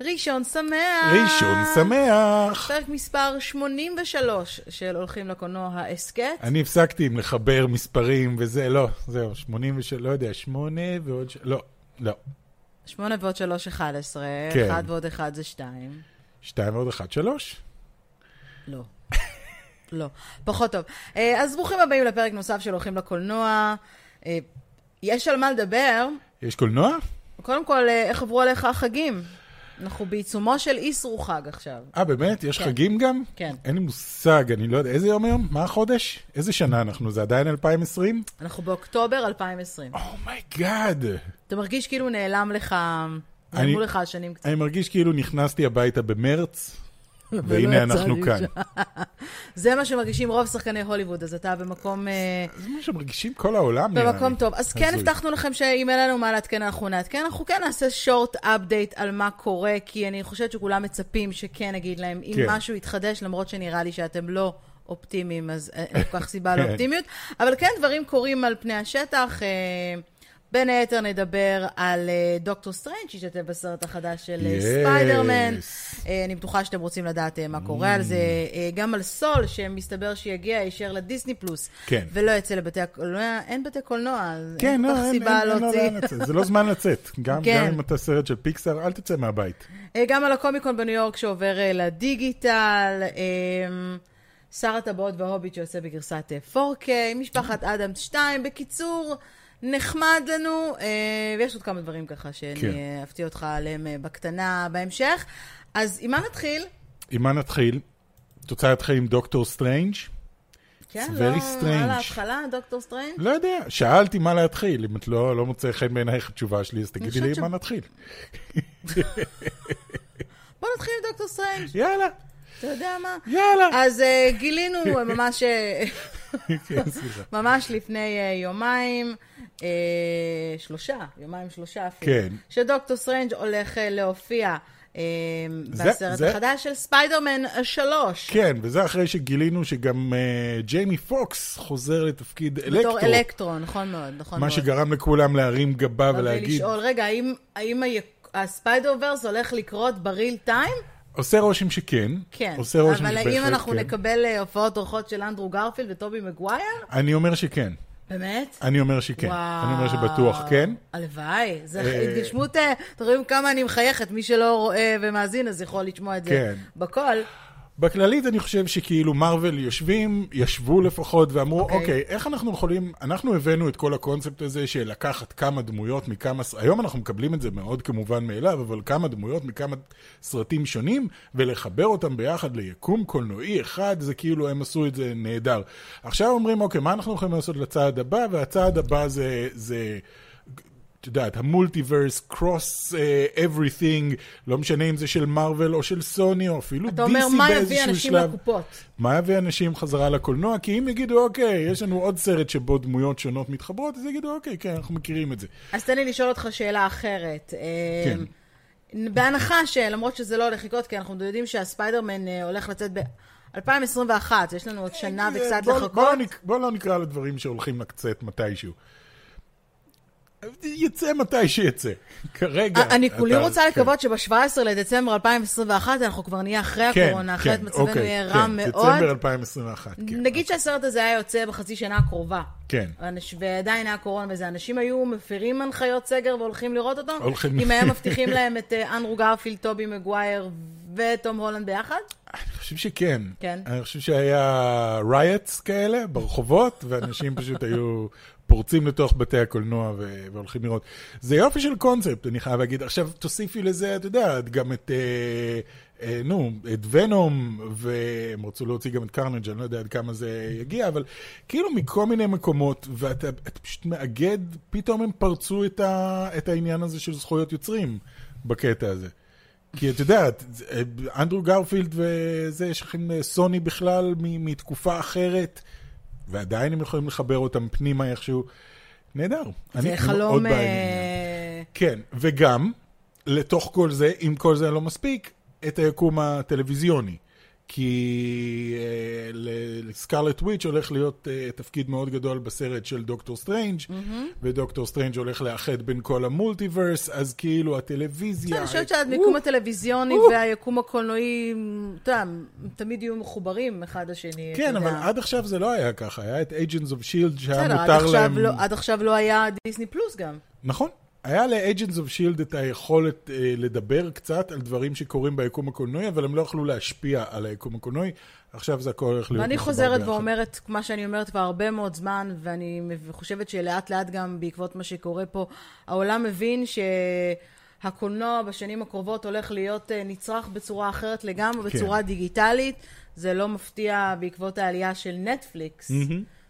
ראשון שמח! ראשון שמח! פרק מספר 83 של הולכים לקולנוע ההסכת. אני הפסקתי עם לחבר מספרים וזה, לא, זהו, 86, לא יודע, 8 ועוד, ש- לא, לא, 8 ועוד 3, 11, כן. 1 ועוד 1 זה 2. 2 ועוד 1, 3. לא. לא. פחות טוב. אה, אז ברוכים הבאים לפרק נוסף של הולכים לקולנוע. אה, יש על מה לדבר. יש קולנוע? קודם כל, אה, איך עברו עליך החגים? אנחנו בעיצומו של איסרו חג עכשיו. אה, באמת? יש כן. חגים גם? כן. אין לי מושג, אני לא יודע, איזה יום היום? מה החודש? איזה שנה אנחנו? זה עדיין 2020? אנחנו באוקטובר 2020. אומייגאד! אתה מרגיש כאילו נעלם לך, אני- נעלמו לך השנים קצת. אני מרגיש כאילו נכנסתי הביתה במרץ, והנה יצא אנחנו לי כאן. שם. זה מה שמרגישים רוב שחקני הוליווד, אז אתה במקום... אה, זה מה שמרגישים כל העולם, נראה לי. במקום טוב. אז כן הזוי. הבטחנו לכם שאם אין לנו מה לעדכן, אנחנו נעדכן. אנחנו כן נעשה שורט אפדייט על מה קורה, כי אני חושבת שכולם מצפים שכן נגיד להם אם כן. משהו יתחדש, למרות שנראה לי שאתם לא אופטימיים, אז אה, אין כל כך סיבה כן. לאופטימיות. אבל כן, דברים קורים על פני השטח. אה, בין היתר נדבר על אה, דוקטור סטרנג' שהשתתף בסרט החדש של אה, Yes. ספיידרמן. אה, אני בטוחה שאתם רוצים לדעת אה, מה קורה על זה. Mm. אה, גם על סול, שמסתבר שיגיע ישר לדיסני פלוס. כן. ולא יצא לבתי הקולנוע, אין בתי קולנוע, אז כן, אין כל לא, כך אין- סיבה אין- אין- לא, להוציא. לאן לצאת. זה לא זמן לצאת. גם כן. גם אם אתה סרט של פיקסאר, אל תצא מהבית. אה, גם על הקומיקון בניו יורק שעובר אה, לדיגיטל, אה, שר הטבעות וההוביט שיוצא בגרסת אה, 4K, משפחת אדם 2. בקיצור, נחמד לנו, אה, ויש עוד כמה דברים ככה שאני כן. אה, אפתיע אותך עליהם אה, בקטנה בהמשך. אז עם מה נתחיל? עם מה נתחיל? את רוצה להתחיל עם דוקטור סטרנג'? כן, It's לא, very על strange. ההתחלה, דוקטור סטרנג'? לא יודע, שאלתי מה להתחיל. אם את לא לא מוצא חן בעינייך התשובה שלי, אז תגידי חושבת לי ש- מה נתחיל. בוא נתחיל עם דוקטור סטרנג', יאללה, אתה יודע מה? יאללה. אז אה, גילינו אה, ממש... אה, כן, סליחה. ממש לפני אה, יומיים, אה, שלושה, יומיים שלושה אפילו, כן. שדוקטור סטרנג' הולך אה, להופיע אה, זה- בסרט זה- החדש של ספיידרמן 3. כן, וזה אחרי שגילינו שגם אה, ג'יימי פוקס חוזר לתפקיד אלקטרו. בתור אלקטרון, נכון מאוד, נכון מה מאוד. שגרם לכולם להרים גבה ולהגיד, ולשאול, רגע, האם, האם היק- הספיידר ורס הולך לקרות בריל טיים? כן. עושה רושם שכן. כן. עושה רושם אבל האם שבהחלט אנחנו כן. נקבל אה, הופעות אורחות של אנדרו גרפילד וטובי מגווייר? אני אומר שכן. באמת? אני אומר שכן. אני אומר שבטוח כן. הלוואי, זה אה, התגשמות, אה, אתם רואים כמה אני מחייכת, מי שלא רואה ומאזין אז יכול לשמוע את זה כן. בקול. בכללית אני חושב שכאילו מארוול יושבים, ישבו לפחות ואמרו, אוקיי. אוקיי, okay. okay, איך אנחנו יכולים, אנחנו הבאנו את כל הקונספט הזה של לקחת כמה דמויות מכמה, ס- היום אנחנו מקבלים את זה מאוד כמובן מאליו, אבל כמה דמויות מכמה סרטים שונים, ולחבר אותם ביחד ליקום קולנועי אחד, זה כאילו הם עשו את זה נהדר. עכשיו אומרים, אוקיי, okay, מה אנחנו יכולים לעשות לצעד הבא, והצעד הבא זה... זה את יודעת, המולטיברס, קרוס אבריטינג, לא משנה אם זה של מארוול או של סוני, או אפילו DC אתה באיזשהו אומר, שלב. מה יביא אנשים לקופות? מה יביא אנשים חזרה לקולנוע? כי אם יגידו, אוקיי, יש לנו עוד סרט שבו דמויות שונות מתחברות, אז יגידו, אוקיי, כן, אנחנו מכירים את זה. אז תן לי לשאול אותך שאלה אחרת. אה, כן. בהנחה שלמרות שזה לא הולך לקרות, כי אנחנו יודעים שהספיידרמן אה, הולך לצאת ב-2021, יש לנו עוד שנה וקצת "אוקיי, בוא- בוא לחכות. נק- בוא לא נקרא לדברים שהולכים לצאת מתישהו. יצא מתי שיצא. כרגע. אני כולי אתה- רוצה כן. לקוות שב-17 לדצמבר 2021 אנחנו כבר נהיה אחרי כן, הקורונה, אחרת כן, מצבנו אוקיי, יהיה כן, רע מאוד. דצמבר 2021, כן. נגיד שהסרט הזה היה יוצא בחצי שנה הקרובה. כן. אנש- ועדיין היה קורונה וזה, אנשים היו מפרים הנחיות סגר והולכים לראות אותו? הולכים. אם היה מבטיחים להם את אה, אנדרו גרפילד, טובי מגווייר ותום הולנד ביחד? אני חושב שכן. כן. אני חושב שהיה רייטס כאלה ברחובות, ואנשים פשוט היו פורצים לתוך בתי הקולנוע ו- והולכים לראות. זה יופי של קונספט, אני חייב להגיד. עכשיו, תוסיפי לזה, את יודעת, גם את... אה, אה, נו, את ונום, והם רצו להוציא גם את קרנג', אני לא יודע עד כמה זה יגיע, אבל כאילו מכל מיני מקומות, ואתה אתה פשוט מאגד, פתאום הם פרצו את, ה, את העניין הזה של זכויות יוצרים בקטע הזה. כי את יודעת, זה- אנדרו גרפילד וזה, יש לכם אה, סוני בכלל מ- מתקופה אחרת, ועדיין הם יכולים לחבר אותם פנימה איכשהו. נהדר. אני- זה אני חלום... מאוד אה, בעניין. כן, וגם, לתוך כל זה, אם כל זה לא מספיק, את היקום הטלוויזיוני. כי אה, ל- לסקרלט וויץ' הולך להיות אה, תפקיד מאוד גדול בסרט של דוקטור סטרנג', ודוקטור סטרנג' הולך לאחד בין כל המולטיברס, אז כאילו הטלוויזיה... כן, אני חושבת שהמיקום הטלוויזיוני והיקום הקולנועי, אתה יודע, הם תמיד יהיו מחוברים אחד לשני. כן, אתה אבל יודע. עד עכשיו זה לא היה ככה, היה את Agents of Shield E בסדר, שהיה עד מותר עכשיו להם... לא- עד עכשיו לא היה דיסני פלוס גם. נכון. היה ל-Agents of Shield E את היכולת אה, לדבר קצת על דברים שקורים ביקום הקולנועי, אבל הם לא יכלו להשפיע על היקום הקולנועי. עכשיו זה הכל הולך להיות... ואני מחובר חוזרת ביחד. ואומרת מה שאני אומרת כבר הרבה מאוד זמן, ואני חושבת שלאט לאט גם בעקבות מה שקורה פה, העולם מבין שהקולנוע בשנים הקרובות הולך להיות אה, נצרך בצורה אחרת לגמרי, כן. בצורה דיגיטלית. זה לא מפתיע בעקבות העלייה של נטפליקס.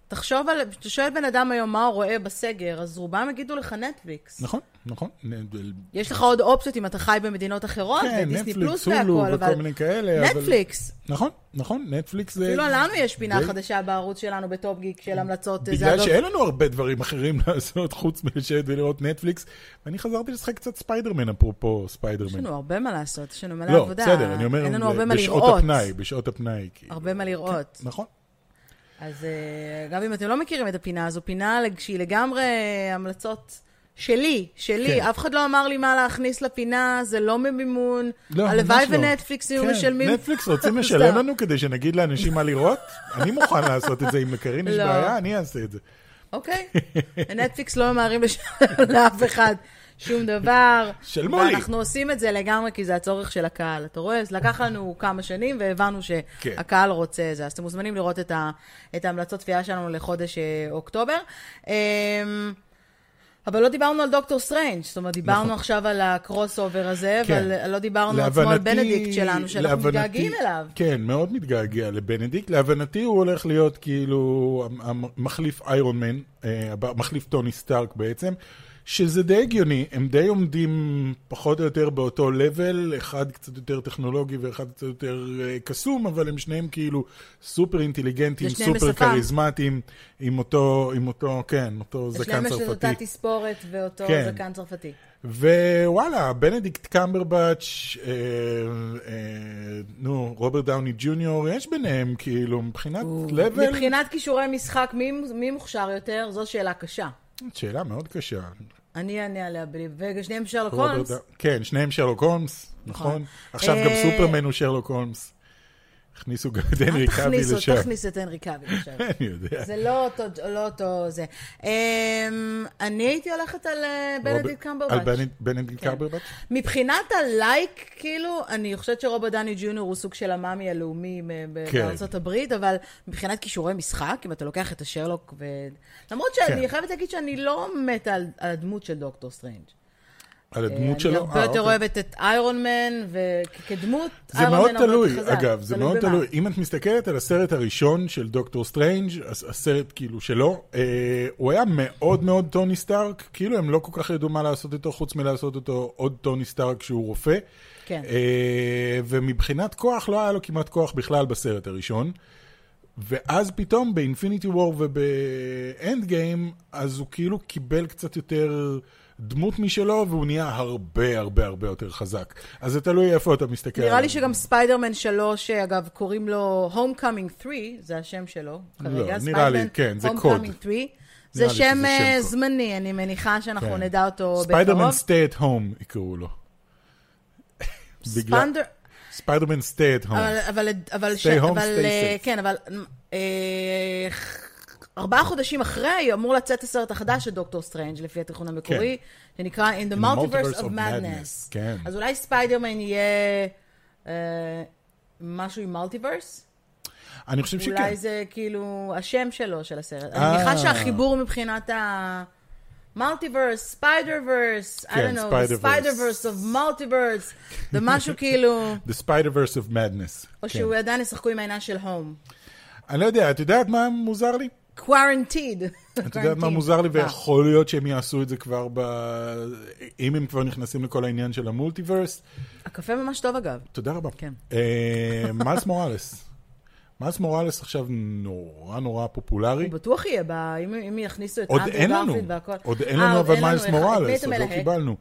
תחשוב על, כשאתה שואל בן אדם היום מה הוא רואה בסגר, אז רובם יגידו לך נטפליקס. נכון, נכון. נ- יש לך עוד אופציות אם אתה חי במדינות אחרות, כן, ודיסני נטפליקס, אה, פלוס הולו והכל, וכל אבל... מיני כאלה. אבל- נטפליקס, נכון, נכון, נטפליקס זה... אפילו כאילו, לנו יש פינה די- חדשה בערוץ שלנו בטופ גיק של המלצות. אה, אה, בגלל זה שאין לנו הרבה דברים אחרים לעשות חוץ מלשבת ולראות נטפליקס. ואני חזרתי לשחק קצת ספיידרמן, אפרופו יש ספיידרמן. לנו הרבה מה לעשות, יש לנו מלא לא, עבודה. בסדר, אני אומר, אין לנו הרבה מה בשעות לראות. הפנאי, בשעות הפנאי. כאילו. הרבה מה לראות. נכון. אז אה, גם אם אתם לא מכירים את הפינה הזו, פינה לג- שהיא לגמרי אה, המלצות שלי, שלי. כן. אף אחד לא אמר לי מה להכניס לפינה, זה לא ממימון. לא, הלוואי ממש לא. ונטפליקס כן, יהיו משלמים. נטפליקס רוצים סתם. לשלם לנו כדי שנגיד לאנשים מה לראות? אני מוכן לעשות את זה, אם לקרין יש לא. בעיה, אני אעשה את זה. אוקיי. נטפליקס לא ממהרים לשלם לאף אחד שום דבר. שלמו לי. ואנחנו עושים את זה לגמרי, כי זה הצורך של הקהל. אתה רואה? אז לקח לנו כמה שנים, והבנו כן. שהקהל רוצה את זה. אז אתם מוזמנים לראות את, ה... את ההמלצות צפייה שלנו לחודש אה, אוקטובר. אמ, אבל לא דיברנו על דוקטור סטרנג', זאת אומרת, דיברנו נכון. עכשיו על הקרוס אובר הזה, כן. אבל לא דיברנו עצמו על בנדיקט שלנו, שאנחנו להבנתי- מתגעגעים אליו. כן, מאוד מתגעגע לבנדיקט. להבנתי הוא הולך להיות כאילו המ- המחליף איירון מן, אה, הבא- מחליף טוני סטארק בעצם, שזה די הגיוני, הם די עומדים פחות או יותר באותו לבל, אחד קצת יותר טכנולוגי ואחד קצת יותר אה, קסום, אבל הם שניהם כאילו סופר אינטליגנטים, זה שניהם סופר בשפם. כריזמטיים, עם אותו, עם אותו, כן, אותו זקן לשניהם יש את אותה צרפתי. תספורת ואותו כן. זקן צרפתי. ווואלה, בנדיקט קמברבץ', אה, אה, נו, רוברט דאוני ג'וניור, יש ביניהם, כאילו, מבחינת לבל, מבחינת כישורי משחק, מי, מי מוכשר יותר? זו שאלה קשה. שאלה מאוד קשה. אני אענה עליה בלי... רגע, שניהם שרלוק רוברט הולמס. דא- כן, שניהם שרלוק הולמס, נכון? נכון. עכשיו גם אה, סופרמן הוא שרלוק הולמס. הכניסו גם את אל הנרי קאבי תכניס לשם. אותו, תכניס את הנרי קאבי עכשיו. אני יודע. זה לא אותו, לא אותו זה. אמ, אני הייתי הולכת על אה, רוברט- בנדיט על קמברבץ'. כן. בנד- בנדיקט קמברבץ'? מבחינת הלייק, כאילו, אני חושבת שרוברט דני ג'וניור הוא סוג של המאמי הלאומי מ- ב- כן. בארצות הברית, אבל מבחינת כישורי משחק, אם אתה לוקח את השרלוק ו... למרות שאני כן. חייבת להגיד שאני לא מתה על על הדמות של דוקטור סטרנג'. על אני הדמות שלו? הרבה אה, יותר אוקיי. אוהבת את איירון מן, וכדמות, זה מאוד תלוי, חזק. אגב, זה מאוד במה. תלוי. אם את מסתכלת על הסרט הראשון של דוקטור סטרנג', הס- הסרט כאילו שלו, אה, הוא היה מאוד מאוד טוני סטארק, כאילו הם לא כל כך ידעו מה לעשות איתו, חוץ מלעשות אותו עוד טוני סטארק שהוא רופא. כן. אה, ומבחינת כוח, לא היה לו כמעט כוח בכלל בסרט הראשון. ואז פתאום באינפיניטי וור ובאנד גיים, אז הוא כאילו קיבל קצת יותר דמות משלו, והוא נהיה הרבה הרבה הרבה יותר חזק. אז זה תלוי איפה אתה מסתכל. נראה לי עליו. שגם ספיידרמן 3, אגב, קוראים לו Homecoming 3, זה השם שלו כרגע. נראה לי, ספיידרמן כן, זה קוד. Homecoming 3. נראה זה לי שם שזה שם אה, קוד. זמני, אני מניחה שאנחנו כן. נדע אותו ספיידרמן בקרוב. סטי את הום יקראו לו. בגלל- ספנדר- ספיידרמן סטי את הום. אבל, אבל, אבל, אה. Stay home, אבל, stay אה, safe. כן, אבל אה, ארבעה חודשים אחרי אמור לצאת הסרט החדש של דוקטור סטרנג' לפי התכנון המקורי, שנקרא In the Multiverse of Madness. כן. אז אולי ספיידרמן יהיה אה, משהו עם מולטיברס? אני חושב שכן. אולי זה כאילו השם שלו, של הסרט. אה. אני מניחה שהחיבור מבחינת ה... מולטיברס, ספיידרברס, I כן, don't know, Spider-Verse. the Spider-Verse of multiverse, זה משהו כאילו, The Spider-Verse of Madness. או כן. שהוא עדיין ישחקו עם העניין של הום. אני לא יודע, את יודעת מה מוזר לי? קוורנטיד. את יודעת מה מוזר אה, לי? ויכול להיות שהם יעשו את זה כבר ב... אם הם כבר נכנסים לכל העניין של המולטיברס. הקפה ממש טוב אגב. תודה רבה. כן. מאס מוראלס. מאס מוראלס עכשיו נורא נורא פופולרי. הוא בטוח יהיה, ב- אם אם יכניסו את עוד אנדרו אין לנו, גרפילד והכל. עוד אין אה, לנו אבל מיילס לנו, איך- את מי מוראלס, אתה עוד לא מלהק? קיבלנו.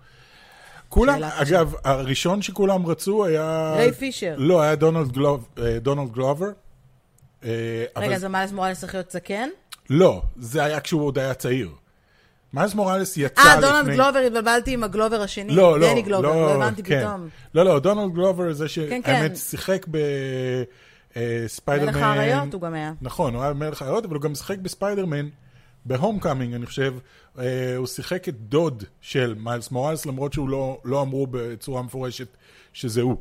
כולם, שאלה קשה. אגב, הראשון שכולם רצו היה... ריי פישר. לא, היה דונלד גלוב- אה, דונלד גלובר. אה, אבל- רגע, אז מיילס מוראלס צריך להיות זקן? לא, זה היה כשהוא עוד היה צעיר. מיילס מוראלס יצא לפני... אה, דונלד גלובר, התבלבלתי עם הגלובר השני. לא, לא, דני גלובר, לא, לא הבנתי כן. פתאום. לא, לא, דונלד גלובר זה כן, כן. שהאמת שיחק בספיידרמן. מלך האריות הוא גם היה. נכון, הוא היה מלך האריות, אבל הוא גם שיחק בספיידרמן, בהום קאמינג, אני חושב. אה, הוא שיחק את דוד של מיילס מוראלס, למרות שהוא לא, לא אמרו בצורה מפורשת שזה הוא.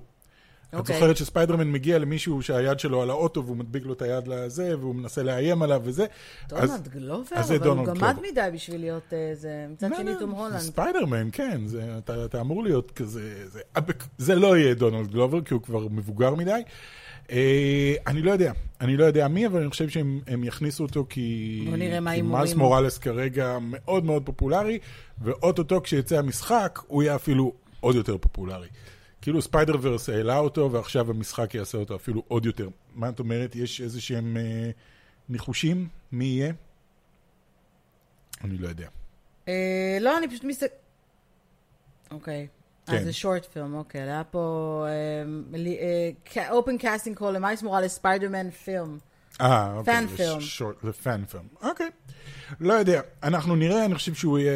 את אוקיי. זוכרת שספיידרמן מגיע למישהו שהיד שלו על האוטו והוא מדביק לו את היד לזה והוא מנסה לאיים עליו וזה. אז- דונלד גלובר? אז זה אבל הוא דונלד גמד גלובר. מדי בשביל להיות אה, זה. מצד לא, שני, לא, תום זה הולנד. ספיידרמן, כן, זה, אתה, אתה אמור להיות כזה... זה, זה לא יהיה דונלד גלובר, כי הוא כבר מבוגר מדי. אה, אני לא יודע, אני לא יודע מי, אבל אני חושב שהם הם יכניסו אותו כי... בוא נראה מה כי ההימורים. מיילס מוראלס כרגע מאוד מאוד פופולרי, ואו-טו-טו כשיצא המשחק, הוא יהיה אפילו עוד יותר פופולרי. כאילו ספיידר ורס העלה אותו, ועכשיו המשחק יעשה אותו אפילו עוד יותר. מה את אומרת? יש איזה שהם אה, ניחושים? מי יהיה? אני לא יודע. אה, לא, אני פשוט מסתכל... אוקיי. אה, כן. זה שורט פילם, אוקיי. היה פה אה, אופן קאסטינג קול למיילס מוראלס ספיידרמן פילם. אה, אוקיי. Fan זה film. short- זה פן פילם. אוקיי. לא יודע, אנחנו נראה, אני חושב שהוא יהיה...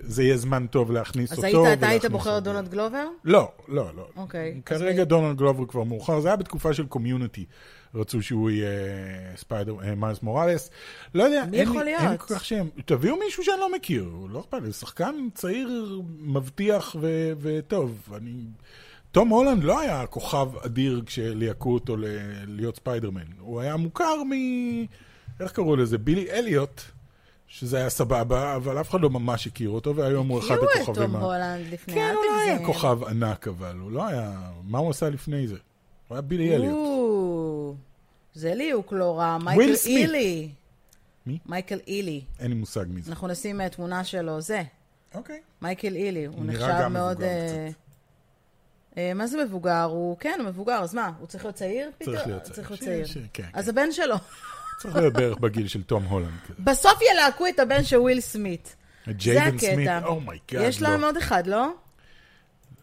זה יהיה זמן טוב להכניס אז אותו. היית, אתה היית ולהכניס בוחר אותו. את דונלד גלובר? לא, לא, לא. אוקיי, אז כרגע מי? דונלד גלובר כבר מאוחר, זה היה בתקופה של קומיוניטי. רצו שהוא יהיה ספיידר, אה, מיילס מוראלס. לא יודע, מי אין, יכול לי- להיות? אין כל כך שם. תביאו מישהו שאני לא מכיר, לא אכפת לי, שחקן צעיר, מבטיח ו- וטוב. אני... תום הולנד לא היה כוכב אדיר כשליהקו אותו ל- להיות ספיידרמן. הוא היה מוכר מ... איך קראו לזה? בילי אליוט, שזה היה סבבה, אבל אף אחד לא ממש הכיר אותו, והיום הוא אחד הכירו את הכוכבים. תום ה- הולנד לפני, אל כן, הוא לא היה תגזים. כוכב ענק, אבל הוא לא היה... מה הוא עשה לפני זה? הוא היה בילי אליוט. או, זה ליהוק לא רע, מייקל סמית. אילי. מי? מייקל אילי. אין לי מושג מי זה. אנחנו נשים אה, תמונה שלו, זה. אוקיי. מייקל אילי, הוא נראה נחשב גם מאוד... מבוגר אה, אה, מה זה מבוגר? הוא, כן, הוא מבוגר, אז מה? הוא צריך להיות צעיר? פתאום? להיות צעיר. צריך להיות ש- צעיר. ש- כן, אז הבן שלו. צריך להיות בערך בגיל של תום הולנד כזה. בסוף ילהקו את הבן של וויל סמית. זה ג'יידן הקטע. סמית, אומייגאד. יש להם עוד אחד, לא?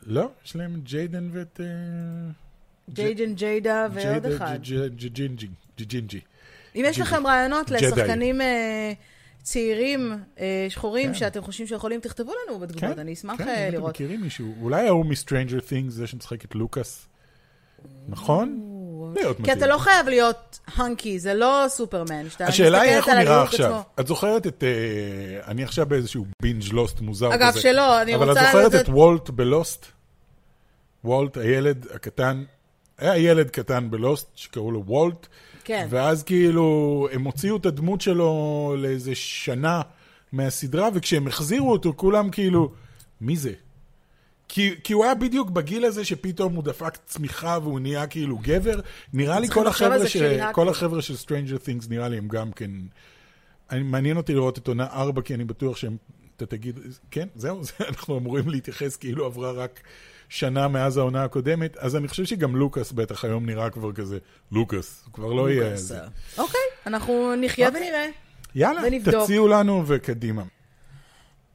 לא, יש להם את ג'יידן ואת... אה, ג'יידן ג'יידה ועוד ג'יידה- אחד. ג'- ג'- ג'ינג'י. ג'ינג'י. אם יש ג'די. לכם רעיונות ג'די. לשחקנים אה, צעירים, אה, שחורים, כן. שאתם חושבים שיכולים, תכתבו לנו בתגובות, אני אשמח כן, אה, אם אתם לראות. מכירים מישהו. אולי ההוא מסטרנג'ר תינגס, זה שמשחק את לוקאס. נכון? להיות כי מתאים. אתה לא חייב להיות הנקי, זה לא סופרמן. שאתה השאלה מסתכלת היא איך הוא על נראה הליהוק עכשיו. עצמו. את זוכרת את... אה, אני עכשיו באיזשהו בינג' לוסט מוזר כזה. אגב, שלא, אני אבל את רוצה זוכרת לדעת- את וולט בלוסט? וולט, הילד הקטן, היה ילד קטן בלוסט שקראו לו וולט. כן. ואז כאילו, הם הוציאו את הדמות שלו לאיזה שנה מהסדרה, וכשהם החזירו אותו, כולם כאילו, מי זה? כי, כי הוא היה בדיוק בגיל הזה שפתאום הוא דפק צמיחה והוא נהיה כאילו גבר. נראה לי צריכים כל לחשוב על החבר'ה, זה ש... כשנראה כל החבר'ה של Stranger Things נראה לי הם גם כן... אני, מעניין אותי לראות את עונה 4, כי אני בטוח שהם... אתה תגיד, כן, זהו, זה, אנחנו אמורים להתייחס כאילו עברה רק שנה מאז העונה הקודמת, אז אני חושב שגם לוקאס בטח היום נראה כבר כזה, לוקאס, הוא כבר לא יהיה... אוקיי. זה. אוקיי, אנחנו נחיה ונראה. יאללה, ונבדוק. תציעו לנו וקדימה.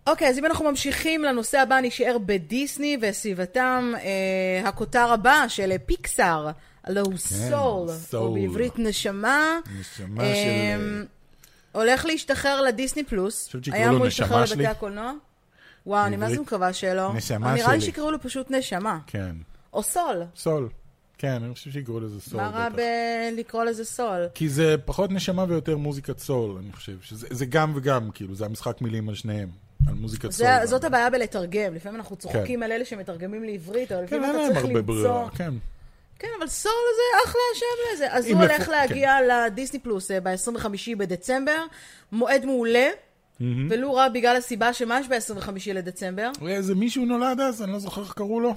אוקיי, אז אם אנחנו ממשיכים לנושא הבא, נשאר בדיסני וסביבתם, אה, הכותר הבא של אה, פיקסאר, הלו הוא סול, או כן, סול. בעברית נשמה. נשמה אה, של- הולך להשתחרר לדיסני פלוס. חושבת שיקראו היה לו אמור להשתחרר נשמה שלי? לבתי הקולנוע. וואו, אני מה זה בעברית. מקווה שלא. נשמה אבל נראה לי שלי. שיקראו לו פשוט נשמה. כן, או סול. סול. כן, אני חושב שיקראו לזה סול. מה רע בטח. בלקרוא לזה סול? כי זה פחות נשמה ויותר מוזיקת סול, אני חושב. שזה, זה גם וגם, כאילו, זה המשחק מילים על שניהם. על מוזיקת זה- סול. זאת הבעיה בלתרגם. לפעמים אנחנו צוחקים על אלה שמתרגמים לעברית, אבל כן, לפעמים אין כאילו, אתה להם צריך הרבה למצוא... ברירה, כן. כן, אבל סול זה אחלה השם לזה. אז אם הוא לפ- הולך להגיע כן. לדיסני פלוס אה, ב-25 בדצמבר, מועד מעולה, ולו רק בגלל הסיבה שמה יש ב-25 לדצמבר? איזה מישהו נולד אז, אני לא זוכר איך קראו לו.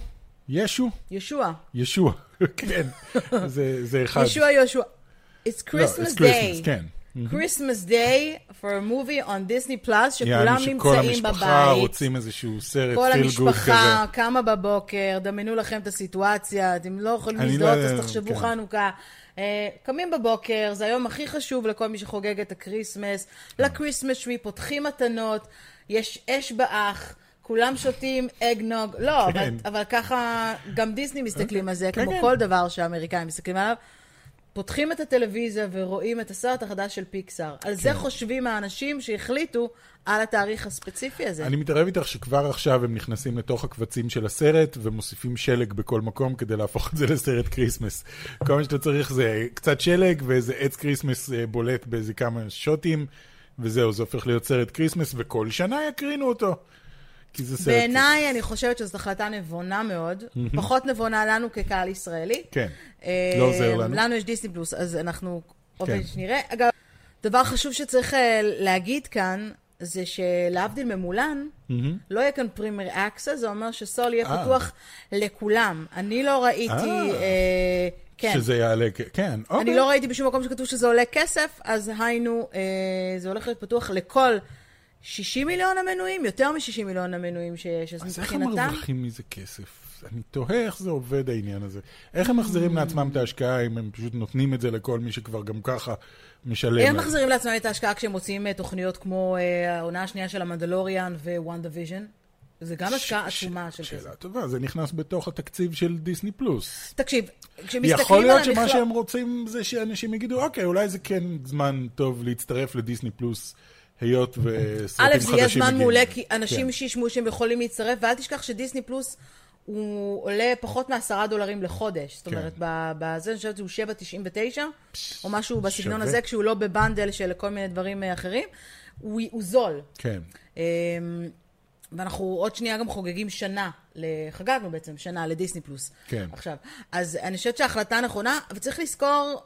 ישו? ישוע. ישוע. כן. זה, זה אחד. ישוע יהושע. It's לא, it's Christmas Christmas, Day. כן. Christmas Day for a movie on Disney Plus, שכולם יעני שכל נמצאים המשפחה בבית. רוצים איזשהו סרט, כל פיל גוד המשפחה כזה. קמה בבוקר, דמיינו לכם את הסיטואציה, אתם לא יכולים אני לזדהות, לא- אז תחשבו כן. חנוכה. אה, קמים בבוקר, זה היום הכי חשוב לכל מי כן. שחוגג את הקריסמס. לקריסמס שוי פותחים מתנות, יש אש באח, כולם שותים אגנוג, לא, אבל, כן. אבל ככה גם דיסני מסתכלים על זה, כן, כמו כן. כל דבר שהאמריקאים מסתכלים עליו. פותחים את הטלוויזיה ורואים את הסרט החדש של פיקסאר. על כן. זה חושבים האנשים שהחליטו על התאריך הספציפי הזה. אני מתערב איתך שכבר עכשיו הם נכנסים לתוך הקבצים של הסרט ומוסיפים שלג בכל מקום כדי להפוך את זה לסרט כריסמס. כל מה שאתה צריך זה קצת שלג ואיזה עץ כריסמס אה, בולט באיזה כמה שוטים, וזהו, זה הופך להיות סרט כריסמס, וכל שנה יקרינו אותו. כי זה סרט... בעיניי, אני חושבת שזו החלטה נבונה מאוד, פחות נבונה לנו כקהל ישראלי. כן. אה, לא עוזר לנו. לנו יש דיסני פלוס, אז אנחנו עוד כן. מעט נראה. אגב, דבר חשוב שצריך אה, להגיד כאן, זה שלהבדיל ממולן, לא יהיה כאן פרימר אקסה, זה אומר שסול יהיה אה. פתוח לכולם. אני לא ראיתי... אה. אה, כן. שזה יעלה, כ- כן, אוקיי. אני לא ראיתי בשום מקום שכתוב שזה עולה כסף, אז היינו, אה, זה הולך להיות פתוח לכל 60 מיליון המנויים, יותר מ-60 מיליון המנויים שיש, אז אז איך הם מבחינתם... מרוויחים מזה כסף? אני תוהה איך זה עובד העניין הזה. איך הם Mm. מחזירים לעצמם את ההשקעה אם הם פשוט נותנים את זה לכל מי שכבר גם ככה משלם? הם על- מחזירים לעצמם את ההשקעה כשהם מוציאים אה, תוכניות כמו אה, העונה השנייה של המנדלוריאן ווואן דיוויז'ן. זה גם השקעה ש- עצומה של כסף. שאלה טובה, זה נכנס בתוך התקציב של דיסני פלוס. תקשיב, כשמסתכלים על המכלול... יכול להיות שמה שהם רוצים זה שאנשים יגידו, אוקיי, אולי זה כן זמן טוב להצטרף לדיסני פלוס, היות וסרטים חדשים א', זה יהיה זמן מגיעים." מעולה, כי אנשים כן. שישמעו שהם יכולים להצטרף, ואל תשכח שדיסני פלוס הוא עולה פחות מעשרה דולרים לחודש. זאת כן. אומרת, ב- בזה אני חושבת שהוא 7.99, או משהו בסגנון שווה. הזה, כשהוא לא בבנדל של כל מיני דברים אה, אחרים. הוא הוא זול. כן. אמ, ואנחנו עוד שנייה גם חוגגים שנה, ל- חגגנו בעצם שנה לדיסני פלוס. כן. עכשיו. אז אני חושבת שההחלטה נכונה, וצריך לזכור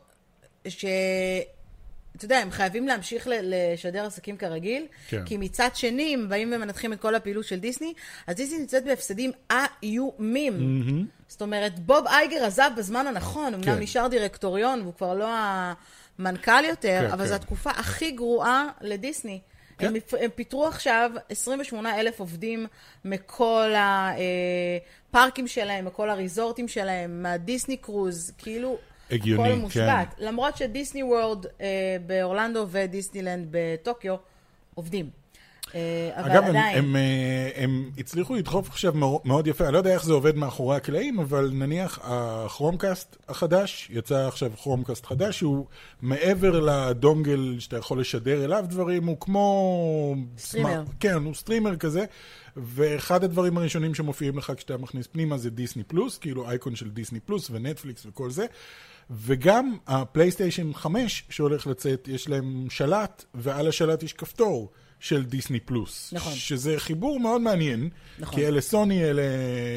ש... אתה יודע, הם חייבים להמשיך ל- לשדר עסקים כרגיל, כן. כי מצד שני, הם באים ומנתחים את כל הפעילות של דיסני, אז דיסני נמצאת בהפסדים איומים. זאת אומרת, בוב אייגר עזב בזמן הנכון, אמנם כן. נשאר דירקטוריון, והוא כבר לא המנכ"ל יותר, כן, אבל כן. זו התקופה הכי גרועה לדיסני. כן. הם, מפ- הם פיטרו עכשיו 28 אלף עובדים מכל הפארקים שלהם, מכל הריזורטים שלהם, מהדיסני קרוז, כאילו... הגיוני, הכל מושבת. כן. למרות שדיסני וורד אה, באורלנדו ודיסנילנד בטוקיו עובדים. אה, אבל אגב, הם, עדיין... הם, אה, הם הצליחו לדחוף עכשיו מאו- מאוד יפה, אני לא יודע איך זה עובד מאחורי הקלעים, אבל נניח הכרומקאסט החדש, יצא עכשיו כרומקאסט חדש, שהוא מעבר לדונגל שאתה יכול לשדר אליו דברים, הוא כמו... סטרימר. סמארט- כן, הוא סטרימר כזה, ואחד הדברים הראשונים שמופיעים לך כשאתה מכניס פנימה זה דיסני פלוס, כאילו אייקון של דיסני פלוס ונטפליקס וכל זה. וגם הפלייסטיישן 5 שהולך לצאת, יש להם שלט, ועל השלט יש כפתור של דיסני פלוס. נכון. שזה חיבור מאוד מעניין, נכון. כי אלה סוני, אלה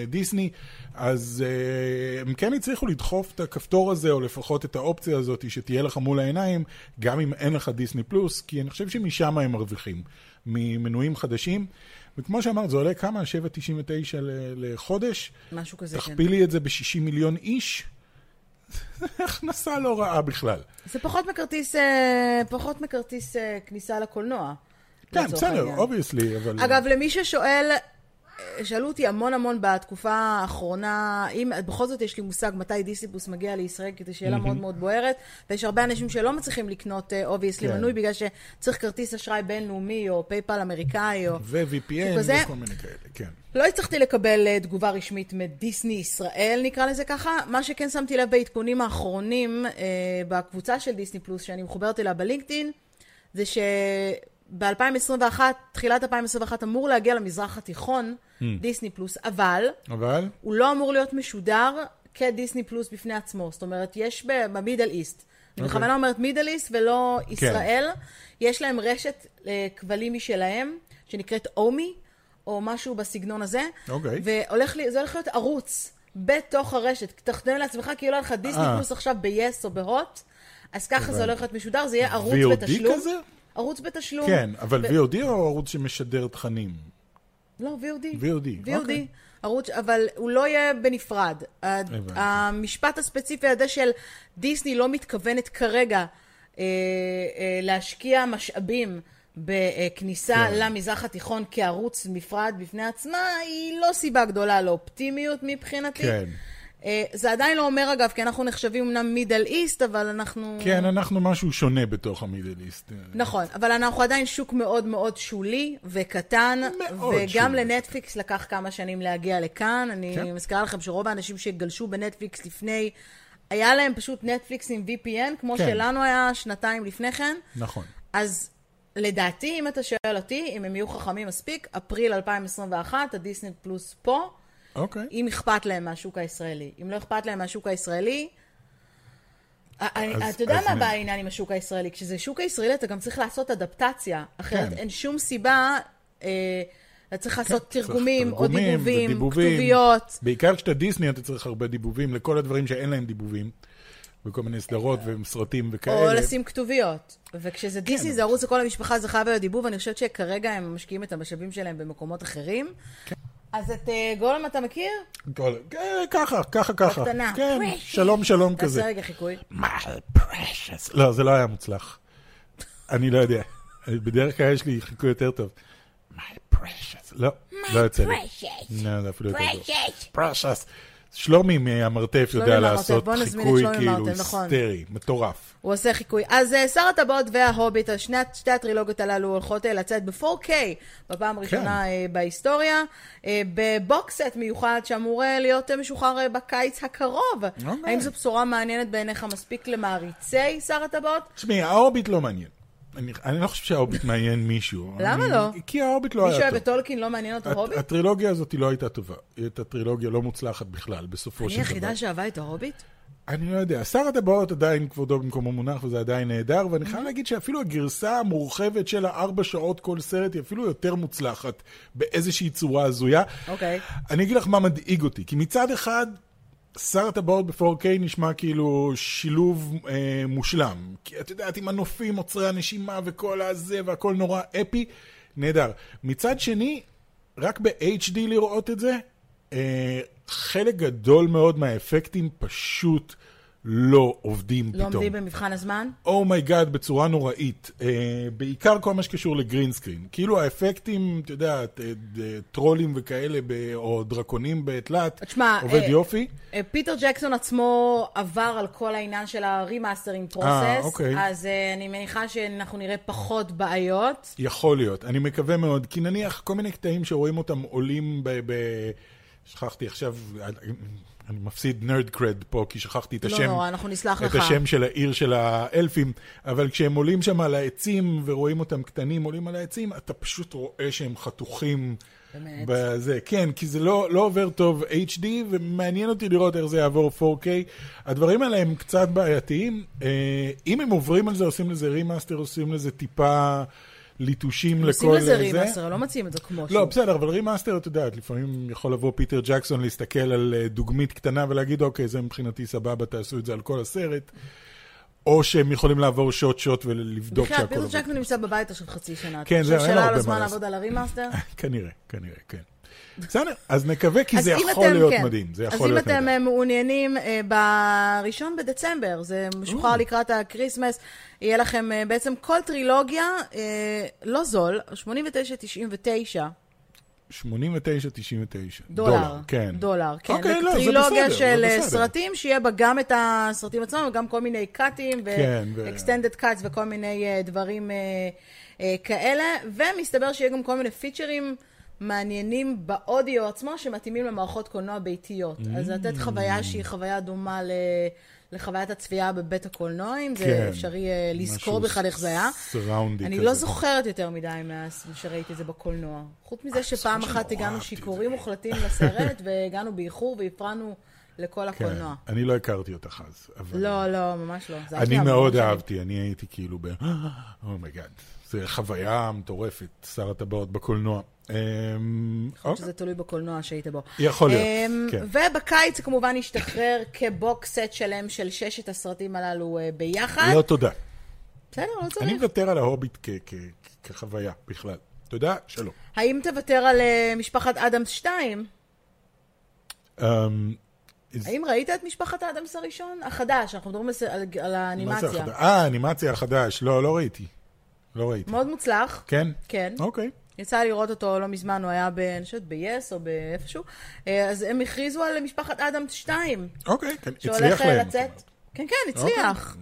דיסני, אז אה, הם כן הצליחו לדחוף את הכפתור הזה, או לפחות את האופציה הזאת שתהיה לך מול העיניים, גם אם אין לך דיסני פלוס, כי אני חושב שמשם הם מרוויחים, ממנויים חדשים. וכמו שאמרת, זה עולה כמה? 7.99 ל- לחודש? משהו כזה, כן. תכפילי את זה ב-60 מיליון איש, זה הכנסה לא רעה בכלל. זה פחות מכרטיס, אה, פחות מכרטיס אה, כניסה לקולנוע. כן, לצורך בסדר, העניין. אובייסלי, אבל... אגב, למי ששואל, אה, שאלו אותי המון המון בתקופה האחרונה, אם בכל זאת יש לי מושג מתי דיסניפוס מגיע לישראל, כי זו שאלה מאוד מאוד בוערת, ויש הרבה אנשים שלא מצליחים לקנות אובייסלי כן. מנוי, בגלל שצריך כרטיס אשראי בינלאומי, או פייפל אמריקאי, או... ו-VPN שהוא כזה- וכל מיני כאלה, כן. לא הצלחתי לקבל אה, תגובה רשמית מדיסני ישראל, נקרא לזה ככה. מה שכן שמתי לב בעדכונים האחרונים אה, בקבוצה של דיסני פלוס, שאני מחוברת אליה בלינקדאין, זה שב-2021, תחילת 2021 אמור להגיע למזרח התיכון, דיסני פלוס, אבל אבל... הוא לא אמור להיות משודר כדיסני פלוס בפני עצמו. זאת אומרת, יש ב- במידל איסט. אני אוקיי. כן. בכוונה אומרת מידל איסט ולא ישראל. יש להם רשת אה, כבלים משלהם, שנקראת אומי, או משהו בסגנון הזה. אוקיי. וזה הולך להיות ערוץ בתוך הרשת. תחתן לעצמך כאילו היה לך דיסני אה. פלוס עכשיו ב-yes או בהוט, אז ככה זה הבנתי. הולך להיות משודר, זה יהיה ערוץ VOD בתשלום. כזה? ערוץ בתשלום. כן, אבל ו- VOD או ערוץ שמשדר תכנים? לא, VOD. VOD, VOD. אוקיי. ערוץ, אבל הוא לא יהיה בנפרד. ה- הבנתי. המשפט הספציפי הזה של דיסני לא מתכוונת כרגע אה, אה, להשקיע משאבים בכניסה כן. למזרח התיכון כערוץ נפרד בפני עצמה, היא לא סיבה גדולה לאופטימיות מבחינתי. כן. אה, זה עדיין לא אומר, אגב, כי אנחנו נחשבים אמנם מידל איסט, אבל אנחנו... כן, אנחנו משהו שונה בתוך אה, המידליסט. נכון, אבל אנחנו עדיין שוק מאוד מאוד שולי וקטן, מאוד וגם שולי. לנטפליקס לקח כמה שנים להגיע לכאן. אני כן. מזכירה לכם שרוב האנשים שגלשו בנטפליקס לפני, היה להם פשוט נטפליקס עם VPN, כמו כן. שלנו היה שנתיים לפני כן. נכון. אז לדעתי, אם אתה שואל אותי, אם הם יהיו חכמים מספיק, אפריל 2021, הדיסני פלוס פה, אוקיי. אם אכפת להם מהשוק הישראלי. אם לא אכפת להם מהשוק הישראלי... אני- אז- אתה יודע אז מה נ- הבעיה העניין עם השוק הישראלי? כשזה שוק הישראלי, אתה גם צריך לעשות אדפטציה. אחרת כן. אין שום סיבה, אה, אתה צריך לעשות צריך תרגומים, או תרגומים דיבובים, ודיבובים. כתוביות. בעיקר כשאתה דיסני אתה צריך הרבה דיבובים לכל הדברים שאין להם דיבובים. וכל מיני סדרות וסרטים אה. או וכאלה. לשים כתוביות. כן. וכשזה דיסני, זה ערוץ לכל המשפחה, זה חייב להיות דיבוב, אני חושבת שכרגע הם משקיעים את המשאבים שלהם במקומות אחרים. כן. אז את אה, גולם אתה מכיר? כל- כן, ככה, ככה, ככה. בקטנה. כן, Precious. שלום, שלום תעשה כזה. רגע חיקוי. מה, precious. לא, זה לא היה מוצלח. אני לא יודע. בדרך כלל יש לי חיקוי יותר טוב. My precious. לא, לא יוצא לי. precious. לא, זה אפילו יותר טוב. Precious. פרשס. שלומי מהמרתף יודע מהמרתף, לעשות בוא נזמין את חיקוי שלומי כאילו מהמרתף, נכון. היסטרי, מטורף. הוא עושה חיקוי. אז אה, שר הטבעות וההוביט, אז שני, שתי הטרילוגיות הללו הולכות אה, לצאת ב-4K כן. בפעם הראשונה אה, בהיסטוריה, אה, בבוקסט מיוחד שאמור אה, להיות אה, משוחרר אה, בקיץ הקרוב. אוקיי. האם זו בשורה מעניינת בעיניך מספיק למעריצי שר הטבעות? תשמעי, ההורביט לא מעניין. אני, אני לא חושב שההורביט מעניין מישהו. למה אני, לא? כי ההורביט לא מי היה שאוהב טוב. את טולקין לא מעניין אותו הט- הוביט? הטרילוגיה הזאת היא לא הייתה טובה. היא הייתה טרילוגיה לא מוצלחת בכלל, בסופו אני של דבר. היחידה שאהבה את ההוביט? אני לא יודע. שר הטבעות עדיין כבודו במקומו מונח, וזה עדיין נהדר, ואני חייב להגיד שאפילו הגרסה המורחבת של הארבע שעות כל סרט היא אפילו יותר מוצלחת באיזושהי צורה הזויה. אוקיי. אני אגיד לך מה מדאיג אותי, כי מצד אחד, שר הטבעות ב-4K נשמע כאילו שילוב אה, מושלם. כי את יודעת, עם הנופים, עוצרי הנשימה וכל הזה, והכל נורא אפי, נהדר. מצד שני, רק ב-HD לראות את זה, אה, חלק גדול מאוד מהאפקטים פשוט לא עובדים לא פתאום. עומדים במבחן הזמן? אומייגאד בצורה נוראית, uh, בעיקר כל מה שקשור לגרינסקרין. כאילו האפקטים, את יודעת, אה, ד- אה, טרולים וכאלה, ב, או דרקונים בתלת, תשמע, עובד אה, יופי. אה, פיטר ג'קסון עצמו עבר על כל העניין של הרימאסטרינג פרוסס, אוקיי. אז אה, אני מניחה שאנחנו נראה פחות בעיות. יכול להיות, אני מקווה מאוד, כי נניח כל מיני קטעים שרואים אותם עולים ב... ב... שכחתי עכשיו, אני- אני מפסיד נרד קרד פה, כי שכחתי את לא השם. נורא, אנחנו נסלח את לך. השם של העיר של האלפים, אבל כשהם עולים שם על העצים ורואים אותם קטנים עולים על העצים, אתה פשוט רואה שהם חתוכים. באמת? בזה. כן, כי זה לא, לא עובר טוב HD, ומעניין אותי לראות איך זה יעבור 4K. הדברים האלה הם קצת בעייתיים. אה, אם הם עוברים על זה, עושים לזה רימאסטר, עושים לזה טיפה ליטושים לכל זה. עושים לזה רימאסטר, לא מציעים את זה כמו לא, שהוא. בסדר, אבל רימאסטר, את יודעת, לפעמים יכול לבוא פיטר ג'קסון להסתכל על אה, דוגמית קטנה ולהגיד, אוקיי, זה מבחינתי סבבה, תעשו את זה על כל הסרט. או שהם יכולים לעבור שוט-שוט ולבדוק בכלל, שהכל פיטר עובד. ג'קמן נמצא בבית עכשיו חצי שנה. כן, זהו, אין לו שאלה הרבה על מה הזמן לעשות. לעבוד על הרימאסטר? כנראה, כנראה, כן. בסדר, אז נקווה, כי אז זה אם יכול אתם- להיות כן. מדהים. זה אז יכול אם להיות נהדר. אתם אה, מעוניינים, אה, בראשון בדצמבר, זה משוחרר לקראת הקריסמס, יהיה לכם אה, בעצם כל טרילוגיה, אה, לא זול, 89.99. 89.99. דולר. כן. דולר, כן. אוקיי, לא, זה טרילוגיה בסדר, של זה אה, בסדר. סרטים, שיהיה בה גם את הסרטים עצמם, וגם כל מיני קאטים, כן, ו- ו-extended cuts וכל מיני אה, דברים אה, אה, כאלה, ומסתבר שיהיה גם כל מיני פיצ'רים מעניינים באודיו עצמו, שמתאימים למערכות קולנוע ביתיות. Mm. אז לתת חוויה שהיא חוויה דומה ל... לחוויית הצפייה בבית הקולנוע, אם כן. זה אפשרי אה, לזכור משהו בכלל איך זה היה. surroundy אני כזה. לא זוכרת יותר מדי מאז שראיתי את זה בקולנוע. חוץ אה, מזה שפעם זוכר אחת שנורא הגענו אהבתי את שיכורים מוחלטים לסרט, והגענו באיחור והפרענו לכל כן. הקולנוע. אני לא הכרתי אותך אז. אבל- לא, לא, ממש לא. זה היה אני לפני המון מאוד שנים. אהבתי, אני הייתי כאילו ב... אומייגאד. זו חוויה מטורפת, שר הטבעות בקולנוע. אמ, אוקיי. שזה תלוי בקולנוע שהיית בו. יכול להיות, אמ, כן. ובקיץ כמובן השתחרר כבוקס סט שלם של ששת הסרטים הללו אה, ביחד. לא תודה. בסדר, לא אני צריך. מוותר על ההוביט כ- כ- כחוויה בכלל. תודה, שלום. האם תוותר על אה, משפחת אדמס 2? אמ, זה- האם ראית את משפחת אדמס הראשון? החדש, אנחנו מדברים על ס- על- על מה זה האנימציה. החדש? אה, אנימציה החדש. לא, לא ראיתי. לא ראיתי. מאוד מוצלח. כן? כן. אוקיי. יצא לי לראות אותו לא מזמן, הוא היה ב... אני חושבת ב-yes או באיפשהו. אה, אז הם הכריזו על משפחת אדמס 2, אוקיי, כן, שהולך הצליח אה, להם. אוקיי. לצאת... זאת כן, כן, הצליח.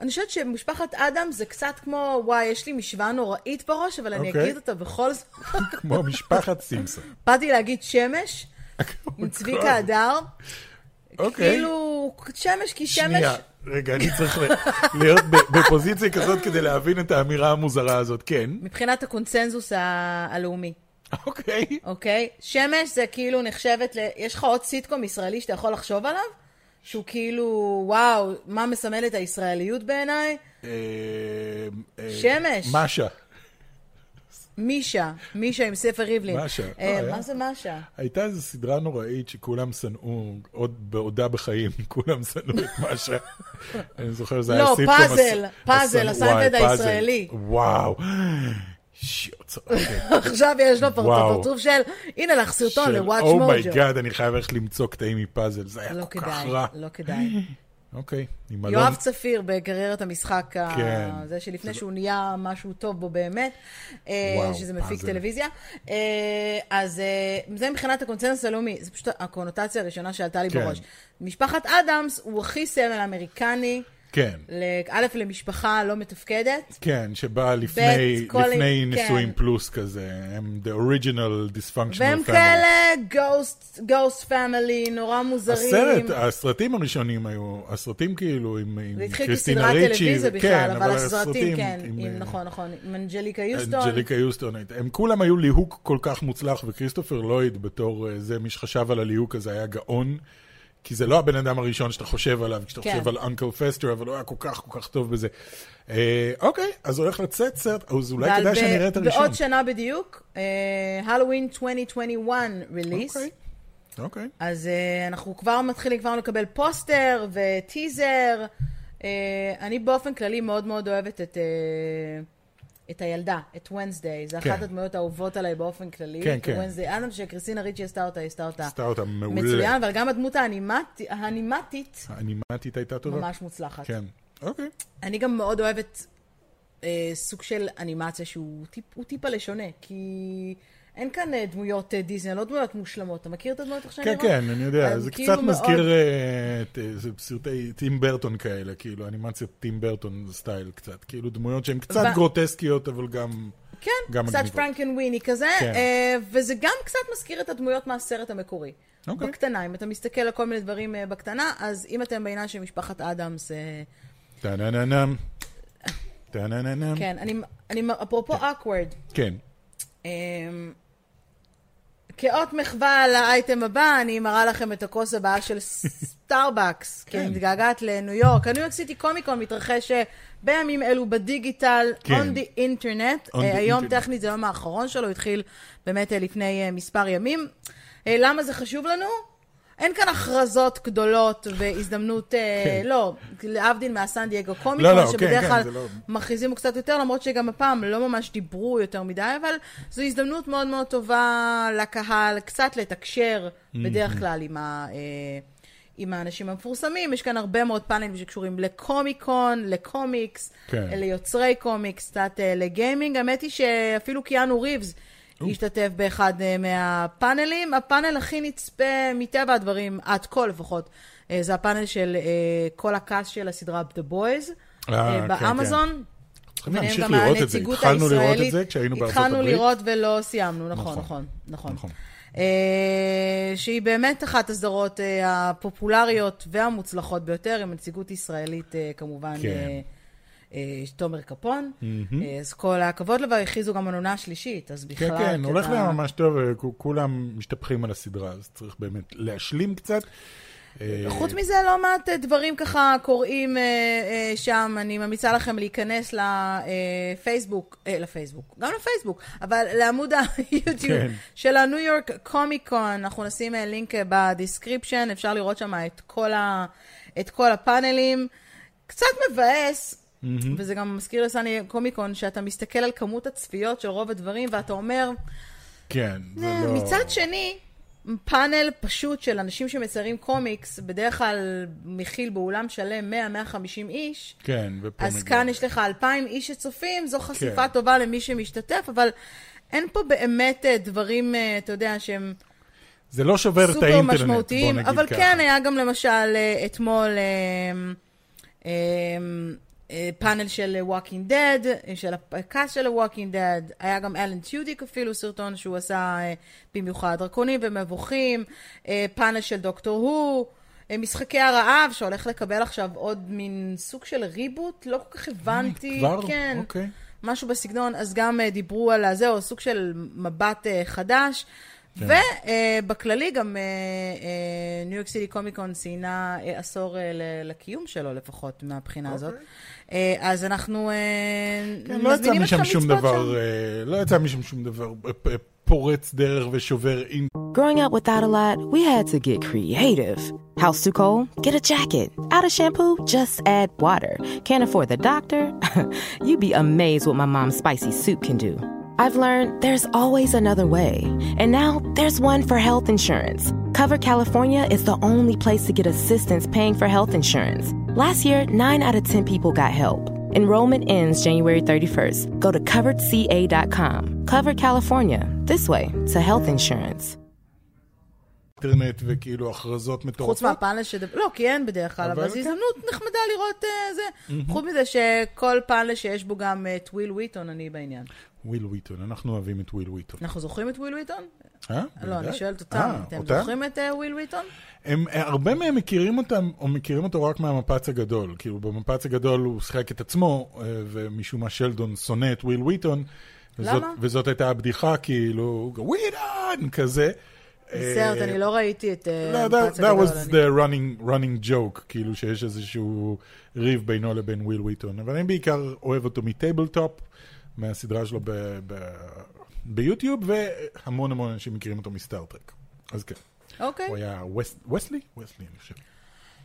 אני חושבת שמשפחת אדמס זה קצת כמו, וואי, יש לי משוואה נוראית בראש, אבל אני אוקיי. אגיד אותה בכל זאת. אומרת, כמו משפחת סימפסון. Oh באתי להגיד שמש, עם צביקה הדר. אוקיי. כאילו, שמש כי שמש... שנייה, רגע, אני צריך ל- להיות ב- בפוזיציה כזאת כדי להבין את האמירה המוזרה הזאת. כן, מבחינת הקונסנזוס ה- הלאומי, אוקיי. אוקיי? שמש זה כאילו נחשבת ל... יש לך עוד סיטקום ישראלי שאתה יכול לחשוב עליו? שהוא כאילו, וואו, מה מסמל את הישראליות בעיניי? אה, אה, שמש. משה. מישה, מישה עם ספר ריבלין. משה, אה, לא, מה היה. זה משה? הייתה איזו סדרה נוראית שכולם שנאו, עוד בעודה בחיים, כולם שנאו את משה. אני זוכר, זה היה לא, סיטקום. הס- פאזל, פאזל, הסנ- הסיינפלד וואי, פאזל. הישראלי. וואו. שיט, צודקת. עכשיו יש לו וואו. פרצוף של, הנה לך סרטון של לוואץ' מוג'ו. אומייגאד, אני חייב ללכת למצוא קטעים מפאזל, זה היה לא כל כך כדאי, רע. לא כדאי. אוקיי, עם אלון. יואב צפיר בקריירת המשחק, ה- כן. זה שלפני שהוא נהיה משהו טוב בו באמת, אה, וואו, שזה מפיק פאזל. טלוויזיה. אה, אז אה, זה מבחינת הקונצנזוס הלאומי, זה פשוט הקונוטציה הראשונה שעלתה לי כן. בראש. משפחת אדמס הוא הכי סמל אמריקני, כן, ל- א', למשפחה לא מתפקדת. כן, שבא לפני כל- לפני כן. נישואים פלוס כזה, הם the original dysfunctional family. והם כאלה גוסט, גוסט פמילי, נורא מוזרים. הסרט, הסרטים הראשונים היו, הסרטים כאילו עם עם זה התחיל קריסטינה כסדרת ריצ'י, טלוויזיה ו- בכלל, כן, אבל הסרטים, הסרטים כן, עם, עם- אה, נכון, נכון, עם אנג'ליקה יוסטון. אנג'ליקה יוסטון, הייתה- הם כולם היו ליהוק כל כך מוצלח, וכריסטופר לויד בתור אה, זה, מי שחשב על הליהוק הזה היה גאון, כי זה לא הבן אדם הראשון שאתה חושב עליו, כשאתה כן. חושב על אנקל פסטר, אבל הוא היה כל כך כל כך טוב בזה. אה, אוקיי, אז הולך לצאת סרט, אז אולי ועל כדאי ב- שאני אראה את הראשון. בעוד שנה בדיוק, אה, הלואוין 2021 ריליס. אוקיי, אוקיי. אז אה, אנחנו כבר מתחילים כבר לקבל פוסטר וטיזר. אה, אני באופן כללי מאוד מאוד אוהבת את... אה, את הילדה, את ונסדיי, זו כן. אחת הדמויות האהובות עליי באופן כללי. כן, כן. ונסדיי אדם שקריסינה ריצ'י עשתה אותה, היא עשתה אותה עשתה אותה מעולה. מצוין, אבל גם הדמות האנימט- האנימטית האנימטית הייתה טובה. ממש מוצלחת. כן, אוקיי. אני גם מאוד אוהבת אה, סוג של אנימציה שהוא טיפ, הוא טיפה לשונה, כי אין כאן אה, דמויות אה, דיסני, לא דמויות מושלמות. אתה מכיר את הדמויות איך שאני כן, רואה? כן, אני יודע, הם זה כאילו קצת מאוד- מזכיר אה, את אה, זה סרטי טים ברטון כאלה, כאילו, אנימציית טים ברטון סטייל קצת, כאילו דמויות שהן קצת ו- גרוטסקיות, אבל גם... כן, גם קצת מגניבות. פרנקן וויני כזה, כן. אה, וזה גם קצת מזכיר את הדמויות מהסרט המקורי. אוקיי. בקטנה, אם אתה מסתכל על כל מיני דברים אה, בקטנה, אז אם אתם בעיניין של משפחת אדמס, אה, טה-נה-נה-נם, טה-נה-נה-נם. כן, אני, אני אפרופו awkward, כן. אמ, כאות מחווה לאייטם הבא, אני מראה לכם את הכוס הבאה של סטארבקס, כי כן. אני מתגעגעת לניו יורק. הניו יורק סיטי קומיקון מתרחש אה, בימים אלו בדיגיטל, on כן. the internet. On אה, the היום internet. טכנית זה היום האחרון שלו, הוא התחיל באמת אה, לפני אה, מספר ימים. אה, למה זה חשוב לנו? אין כאן הכרזות גדולות והזדמנות, אה, כן. לא, להבדיל מהסן דייגו קומיקון, לא, לא, שבדרך כן, כן, כלל זה לא- מכריזים קצת יותר, למרות שגם הפעם לא ממש דיברו יותר מדי, אבל זו הזדמנות מאוד מאוד טובה לקהל קצת לתקשר בדרך כלל עם, ה, אה, עם האנשים המפורסמים. יש כאן הרבה מאוד פאנלים שקשורים לקומיקון, לקומיקס, כן. אה, ליוצרי קומיקס, קצת אה, לגיימינג. האמת היא שאפילו קיאנו ריבס השתתף באחד אה, מהפאנלים. הפאנל הכי נצפה מטבע הדברים, עד כה לפחות, אה, זה הפאנל של אה, כל הכעס של הסדרה The Boys. אה, אה, כן, באמזון. צריכים ביניהם להמשיך גם לראות את זה. הנציגות התחלנו לראות את הישראלית. זה כשהיינו בארצות הברית. התחלנו לראות ולא סיימנו, נכון, נכון. נכון, נכון. נכון. אה, שהיא באמת אחת הסדרות אה, הפופולריות והמוצלחות ביותר, עם נציגות ישראלית אה, כמובן, כן. אה, אה, תומר קפון. אה, אז כל הכבוד לו, והכריזו גם על עונה שלישית, אז בכלל... כן, כן, הולך ככה- להם ממש טוב, אה, כו- כולם משתפכים על הסדרה, אז צריך באמת להשלים קצת. אה, חוץ מזה, לא מעט אה, דברים ככה קורים אה, אה, שם. אני ממליצה לכם להיכנס לפייסבוק, אה, לפייסבוק, גם לפייסבוק, אבל לעמוד היוטיוב כן. של הניו יורק קומיקון. אנחנו נשים אה, לינק אה, בדיסקריפשן, אפשר לראות שם את כל, ה, את כל הפאנלים. קצת מבאס. וזה גם מזכיר לסני קומיקון, שאתה מסתכל על כמות הצפיות של רוב הדברים, ואתה אומר, כן, זה אה, לא... מצד שני, פאנל פשוט של אנשים שמציירים קומיקס, בדרך כלל מכיל באולם שלם 100-150 איש, כן, ופה אז מגיע. כאן יש לך 2,000 איש שצופים, זו חשיפה כן. טובה למי שמשתתף, אבל אין פה באמת אה, דברים, אה, אתה יודע, שהם זה לא שובר את סופר האינטרנט, בוא משמעותיים, נגיד ככה. אבל כן, היה גם למשל אה, אתמול אה, אה, אה, פאנל של Walking Dead, אה, של הקאסט של ה-Walking Dead, היה גם אלן טיודיק אפילו סרטון שהוא עשה אה, במיוחד דרקונים ומבוכים, אה, פאנל של דוקטור הו. אה, משחקי הרעב, שהולך לקבל עכשיו עוד מין סוג של ריבוט, לא כל כך הבנתי, אה, כבר? כן. אוקיי. משהו בסגנון, אז גם אה, דיברו על הזהו, סוג של מבט אה, חדש. כן. ובכללי גם אה, ניו יורק סיטי קומיקון ציינה אה, עשור אה, ל- לקיום שלו לפחות מהבחינה הזאת. אה, אז אנחנו אה, אוקיי. כן, לא יצא מזמינים אתכם משם שום לצפות דבר, שם. אה, לא יצא משם שום דבר אה, אה, פורץ דרך ושובר אינטרנט. Growing up without a lot, we had to get creative. House too cold? Get a jacket. Out of shampoo? Just add water. Can't afford the doctor? You'd be amazed what my mom's spicy soup can do. I've learned there's always another way, and now there's one for health insurance. Cover California is the only place to get assistance paying for health insurance. Last year, 9 out of 10 people got help. Enrollment ends January 31st. Go to coveredca.com. Cover California, this way to health insurance. אינטרנט וכאילו הכרזות מטורפות. חוץ מהפאנל שדבר, לא, כי אין בדרך כלל, אבל אבל זו כן. הזדמנות נחמדה לראות אה, זה. חוץ מזה שכל פאנל שיש בו גם אה, את וויל וויטון, אני בעניין. וויל וויטון, אנחנו אוהבים את וויל וויטון. אנחנו זוכרים את וויל וויטון? אה? לא, אני בוודאי. שואלת אה, אותם, אתם אותה? זוכרים את אה, וויל וויטון? הם, אה, הרבה מהם מכירים אותם, או מכירים אותו רק מהמפץ הגדול. כאילו, במפץ הגדול הוא שיחק את עצמו, אה, ומשום מה שלדון שונא את וויל וויטון. וזאת, למה? וזאת הייתה הבדיחה, כאילו, וויטון! כזה. בסרט, אני לא ראיתי את אה, לא, that, המפץ that הגדול. was אני- the running, running joke, כאילו שיש איזשהו ריב בינו לבין וויל וויטון. אבל אני בעיקר אוהב אותו מטייבל טופ, מהסדרה שלו ב, ב, ביוטיוב, והמון המון אנשים מכירים אותו מסטארט-טרק. אז כן, אוקיי. הוא היה וס, וסלי? וסלי, אני חושב.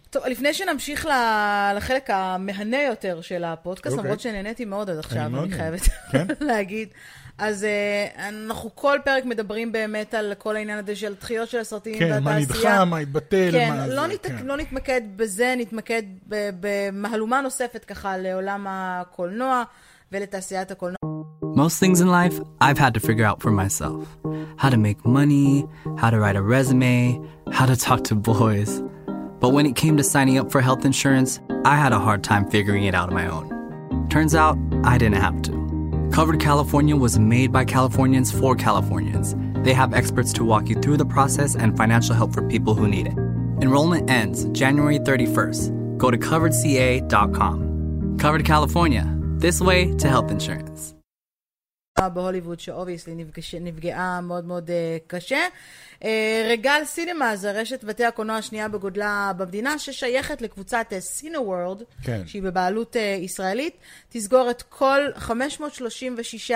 טוב, לפני שנמשיך ל- לחלק המהנה יותר של הפודקאסט, אוקיי. למרות שנהניתי מאוד עד עכשיו, מאוד אני נהנה. חייבת כן. להגיד. אז אה, אנחנו כל פרק מדברים באמת על כל העניין הזה של דחיות של הסרטים כן, מה והתעשייה. נדחה, מה התבטל, כן, מה לא, זה, נת... כן. לא נתמקד בזה, נתמקד ב- במהלומה נוספת ככה לעולם הקולנוע ולתעשיית הקולנוע. Most things in life, I've had to figure out for myself how to make money, how to write a resume, how to talk to boys. But when it came to signing up for health insurance, I had a hard time figuring it out on my own. Turns out, I didn't have to. Covered California was made by Californians for Californians. They have experts to walk you through the process and financial help for people who need it. Enrollment ends January 31st. Go to coveredca.com. Covered California, this way to health insurance. בהוליווד, שאובייסלי נפגש- נפגעה מאוד מאוד אה, קשה. אה, רגל סינמה זה רשת בתי הקולנוע השנייה בגודלה במדינה, ששייכת לקבוצת סינו וורד, כן. שהיא בבעלות אה, ישראלית, תסגור את כל 536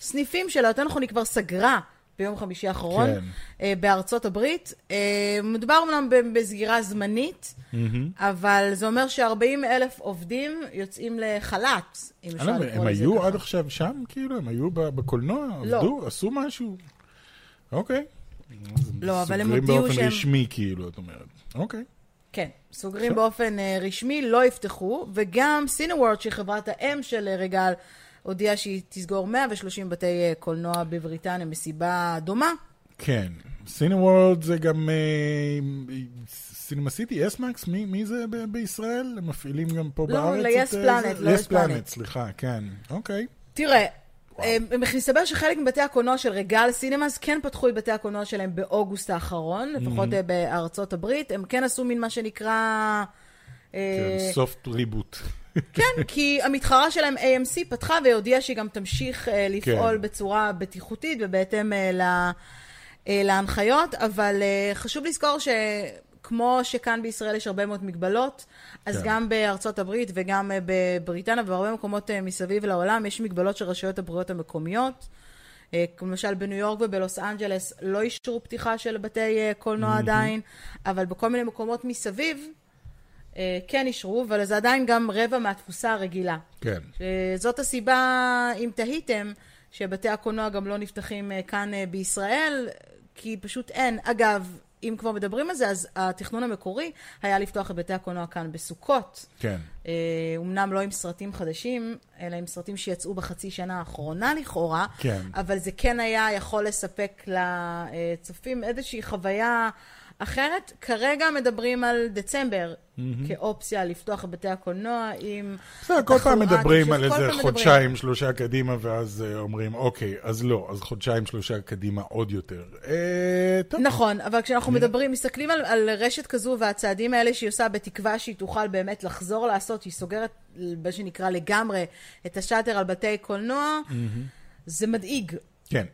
הסניפים שלה, יותר נכון, היא כבר סגרה. ביום חמישי האחרון, כן. אה, בארצות הברית. אה, מדובר אמנם ב- בסגירה זמנית, אבל זה אומר ש-40 אלף עובדים יוצאים לחל"ת, אם אפשר לקרוא אה, למה, לזה הם היו ככה. עד עכשיו שם, כאילו? הם היו ב- בקולנוע? לא. עבדו? עשו משהו? אוקיי. אז לא, אבל הם סוגרים הודיעו באופן שהם- רשמי, כאילו, את אומרת. אוקיי. כן, סוגרים באופן אה, רשמי, לא יפתחו, וגם סינוורד, שהיא חברת האם של אה, רגל, הודיעה שהיא תסגור 130 בתי אה, קולנוע בבריטניה מסיבה דומה. כן. סינוורד זה גם... אה, סינמה סיטי, אסמקס, מי מי זה ב- בישראל? הם מפעילים גם פה לא, בארץ? ל-Yes Planet, לא יס ל-Yes Planet. פלנט, סליחה, כן. אוקיי. תראה, אה, מסתבר שחלק מבתי הקולנוע של רגל סינמאס כן פתחו את בתי הקולנוע שלהם באוגוסט האחרון, Mm-hmm. לפחות אה, בארצות הברית. הם כן עשו מין מה שנקרא... אה, כן, סופט ריבוט. כן, כי המתחרה שלהם AMC פתחה והודיעה שהיא גם תמשיך uh, לפעול כן. בצורה בטיחותית ובהתאם uh, ל, uh, להנחיות, אבל uh, חשוב לזכור שכמו שכאן בישראל יש הרבה מאוד מגבלות, אז כן. גם בארצות הברית וגם uh, בבריטניה ובהרבה מקומות uh, מסביב לעולם יש מגבלות של רשויות הבריאות המקומיות. אה, למשל בניו יורק ובלוס אנג'לס לא אישרו פתיחה של בתי אה, קולנוע עדיין, אבל בכל מיני מקומות מסביב אה, כן אישרו, אבל זה עדיין גם רבע מהתפוסה הרגילה. כן. אה, זאת הסיבה, אם תהיתם, שבתי הקולנוע גם לא נפתחים אה, כאן אה, בישראל, כי פשוט אין. אגב, אם כבר מדברים על זה, אז התכנון המקורי היה לפתוח את בתי הקולנוע כאן בסוכות. כן. אה, אומנם לא עם סרטים חדשים, אלא עם סרטים שיצאו בחצי שנה האחרונה לכאורה, כן. אבל זה כן היה יכול לספק לצופים איזושהי חוויה אחרת. כרגע מדברים על דצמבר כאופציה לפתוח את בתי הקולנוע עם... בסדר, כל פעם התחלואה, מדברים פשוט על אה, כל פעם איזה מדברים. חודשיים, שלושה קדימה, ואז אה, אומרים, אוקיי, אז לא, אז חודשיים, שלושה קדימה עוד יותר. אה, טוב, נכון, אבל כשאנחנו מדברים, מסתכלים על, על רשת כזו והצעדים האלה שהיא עושה בתקווה שהיא תוכל באמת לחזור לעשות, שהיא סוגרת, מה שנקרא לגמרי, את השאטר על בתי קולנוע, זה מדאיג. כן.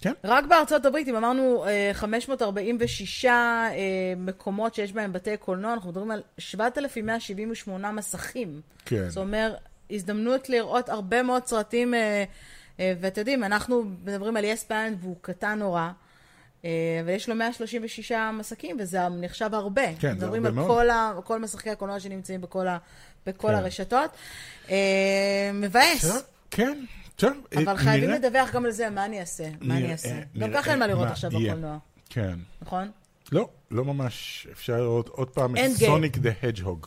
כן, רק בארצות הברית, אם אמרנו אה, 546 אה, מקומות שיש בהם בתי קולנוע, אנחנו מדברים על 7,178 מסכים. כן. זה אומר, הזדמנות לראות הרבה מאוד סרטים, אה, אה, ואתם יודעים, אנחנו מדברים על יס פיינד והוא קטן נורא, אה, אבל יש לו 136 מסכים, וזה נחשב הרבה. כן, זה מדברים הרבה על מאוד. כל, ה, כל משחקי הקולנוע שנמצאים בכל, ה, בכל כן. הרשתות. אה, מבאס. טוב, כן, טוב. אה, אבל חייבים נראה- לדווח גם על זה, מה אני אעשה? מה אני נראה- אה, אעשה? גם נראה ככה אין מה לראות מה עכשיו יהיה. בקולנוע, כן. נכון? לא, לא ממש. אפשר לראות עוד פעם את Endgame. סוניק דה הדג'הוג.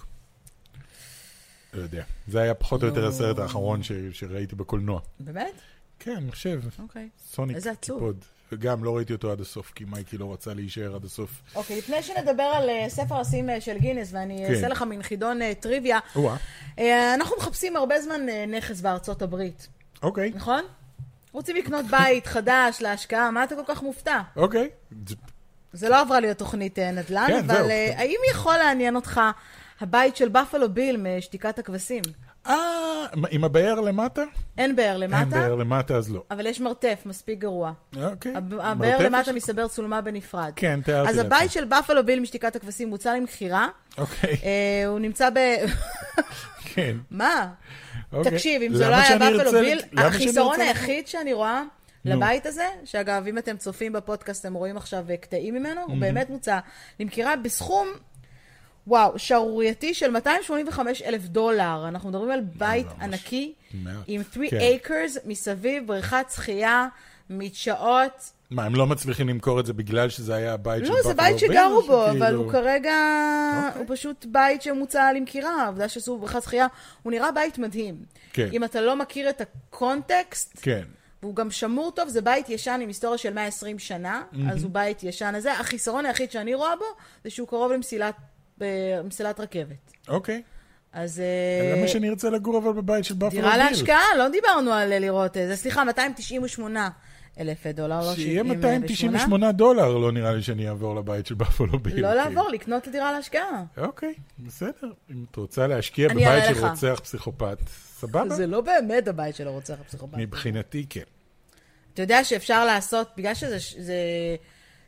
לא יודע. זה היה פחות או לא. יותר הסרט האחרון ש- שראיתי בקולנוע. באמת? כן, אני חושב. אוקיי. סוניק איזה עצוב. קיפוד. וגם לא ראיתי אותו עד הסוף, כי מייקי לא רצה להישאר עד הסוף. אוקיי, לפני שנדבר על אה, ספר הסים אה, של גינס, ואני כן. אעשה לך מין חידון אה, טריוויה, או-אה. אה, אנחנו מחפשים הרבה זמן אה, נכס בארצות הברית, אוקיי, נכון? רוצים לקנות בית חדש להשקעה, מה אתה כל כך מופתע? אוקיי. זה- זה לא עברה להיות תוכנית אה, נדל"ן, כן, אבל זהו. אה, האם יכול לעניין אותך הבית של בפלו ביל משתיקת הכבשים? אה, עם הבאר למטה? אין באר למטה, אין באר למטה, אז לא. אבל יש מרתף מספיק גרוע. אוקיי. הב- מרתף? הבאר למטה מסתבר צולמה בנפרד. כן, תיארתי אז לעצמי. הבית של בפלו ביל משתיקת הכבשים מוצא למכירה. אוקיי, אה, הוא נמצא ב... כן. מה? אוקיי. תקשיב, אם זה למה לא היה שאני בפלו ארצה- ביל, למה שאני החיסרון ארצה- היחיד שאני רואה לבית הזה, שאגב, אם אתם צופים בפודקאסט, אתם רואים עכשיו אה, קטעים ממנו, הוא באמת מוצא למכירה בסכום, וואו, שערורייתי של 285 אלף דולר. אנחנו מדברים על בית אה, ממש ענקי, מעט. עם 3 כן. acres מסביב, בריכת שחייה, מדשאות, מה, הם לא מצליחים למכור את זה בגלל שזה היה הבית של לא, זה Buffalo בית Bills, כאילו- שגרו בו, שכאילו- אבל הוא כרגע... הוא אוקיי. פשוט בית שמוצע למכירה, העובדה שעשו בריכת שחייה. הוא נראה בית מדהים. כן. אם אתה לא מכיר את הקונטקסט, כן. והוא גם שמור טוב, זה בית ישן עם היסטוריה של 120 שנה, אז הוא בית ישן הזה. החיסרון היחיד שאני רואה בו, זה שהוא קרוב למסילת אה, מסילת רכבת. אוקיי. אז... אה, למה שאני ארצה לגור אבל בבית של בפלו ביל? דירה להשקעה, לא דיברנו על אה, לראות אה, זה. סליחה, 298 אלף דולר, לא 78. שיהיה 298 דולר, לא נראה לי שאני אעבור לבית של בפלו ביל. לא כאילו. לעבור, לקנות דירה להשקעה. אוקיי, בסדר. אם את רוצה להשקיע אני אראה בבית של לך. רוצח פסיכופת, סבבה. זה לא באמת הבית של הרוצח הפסיכופת. מבחינתי כן. אתה יודע שאפשר לעשות, בגלל שזה זה,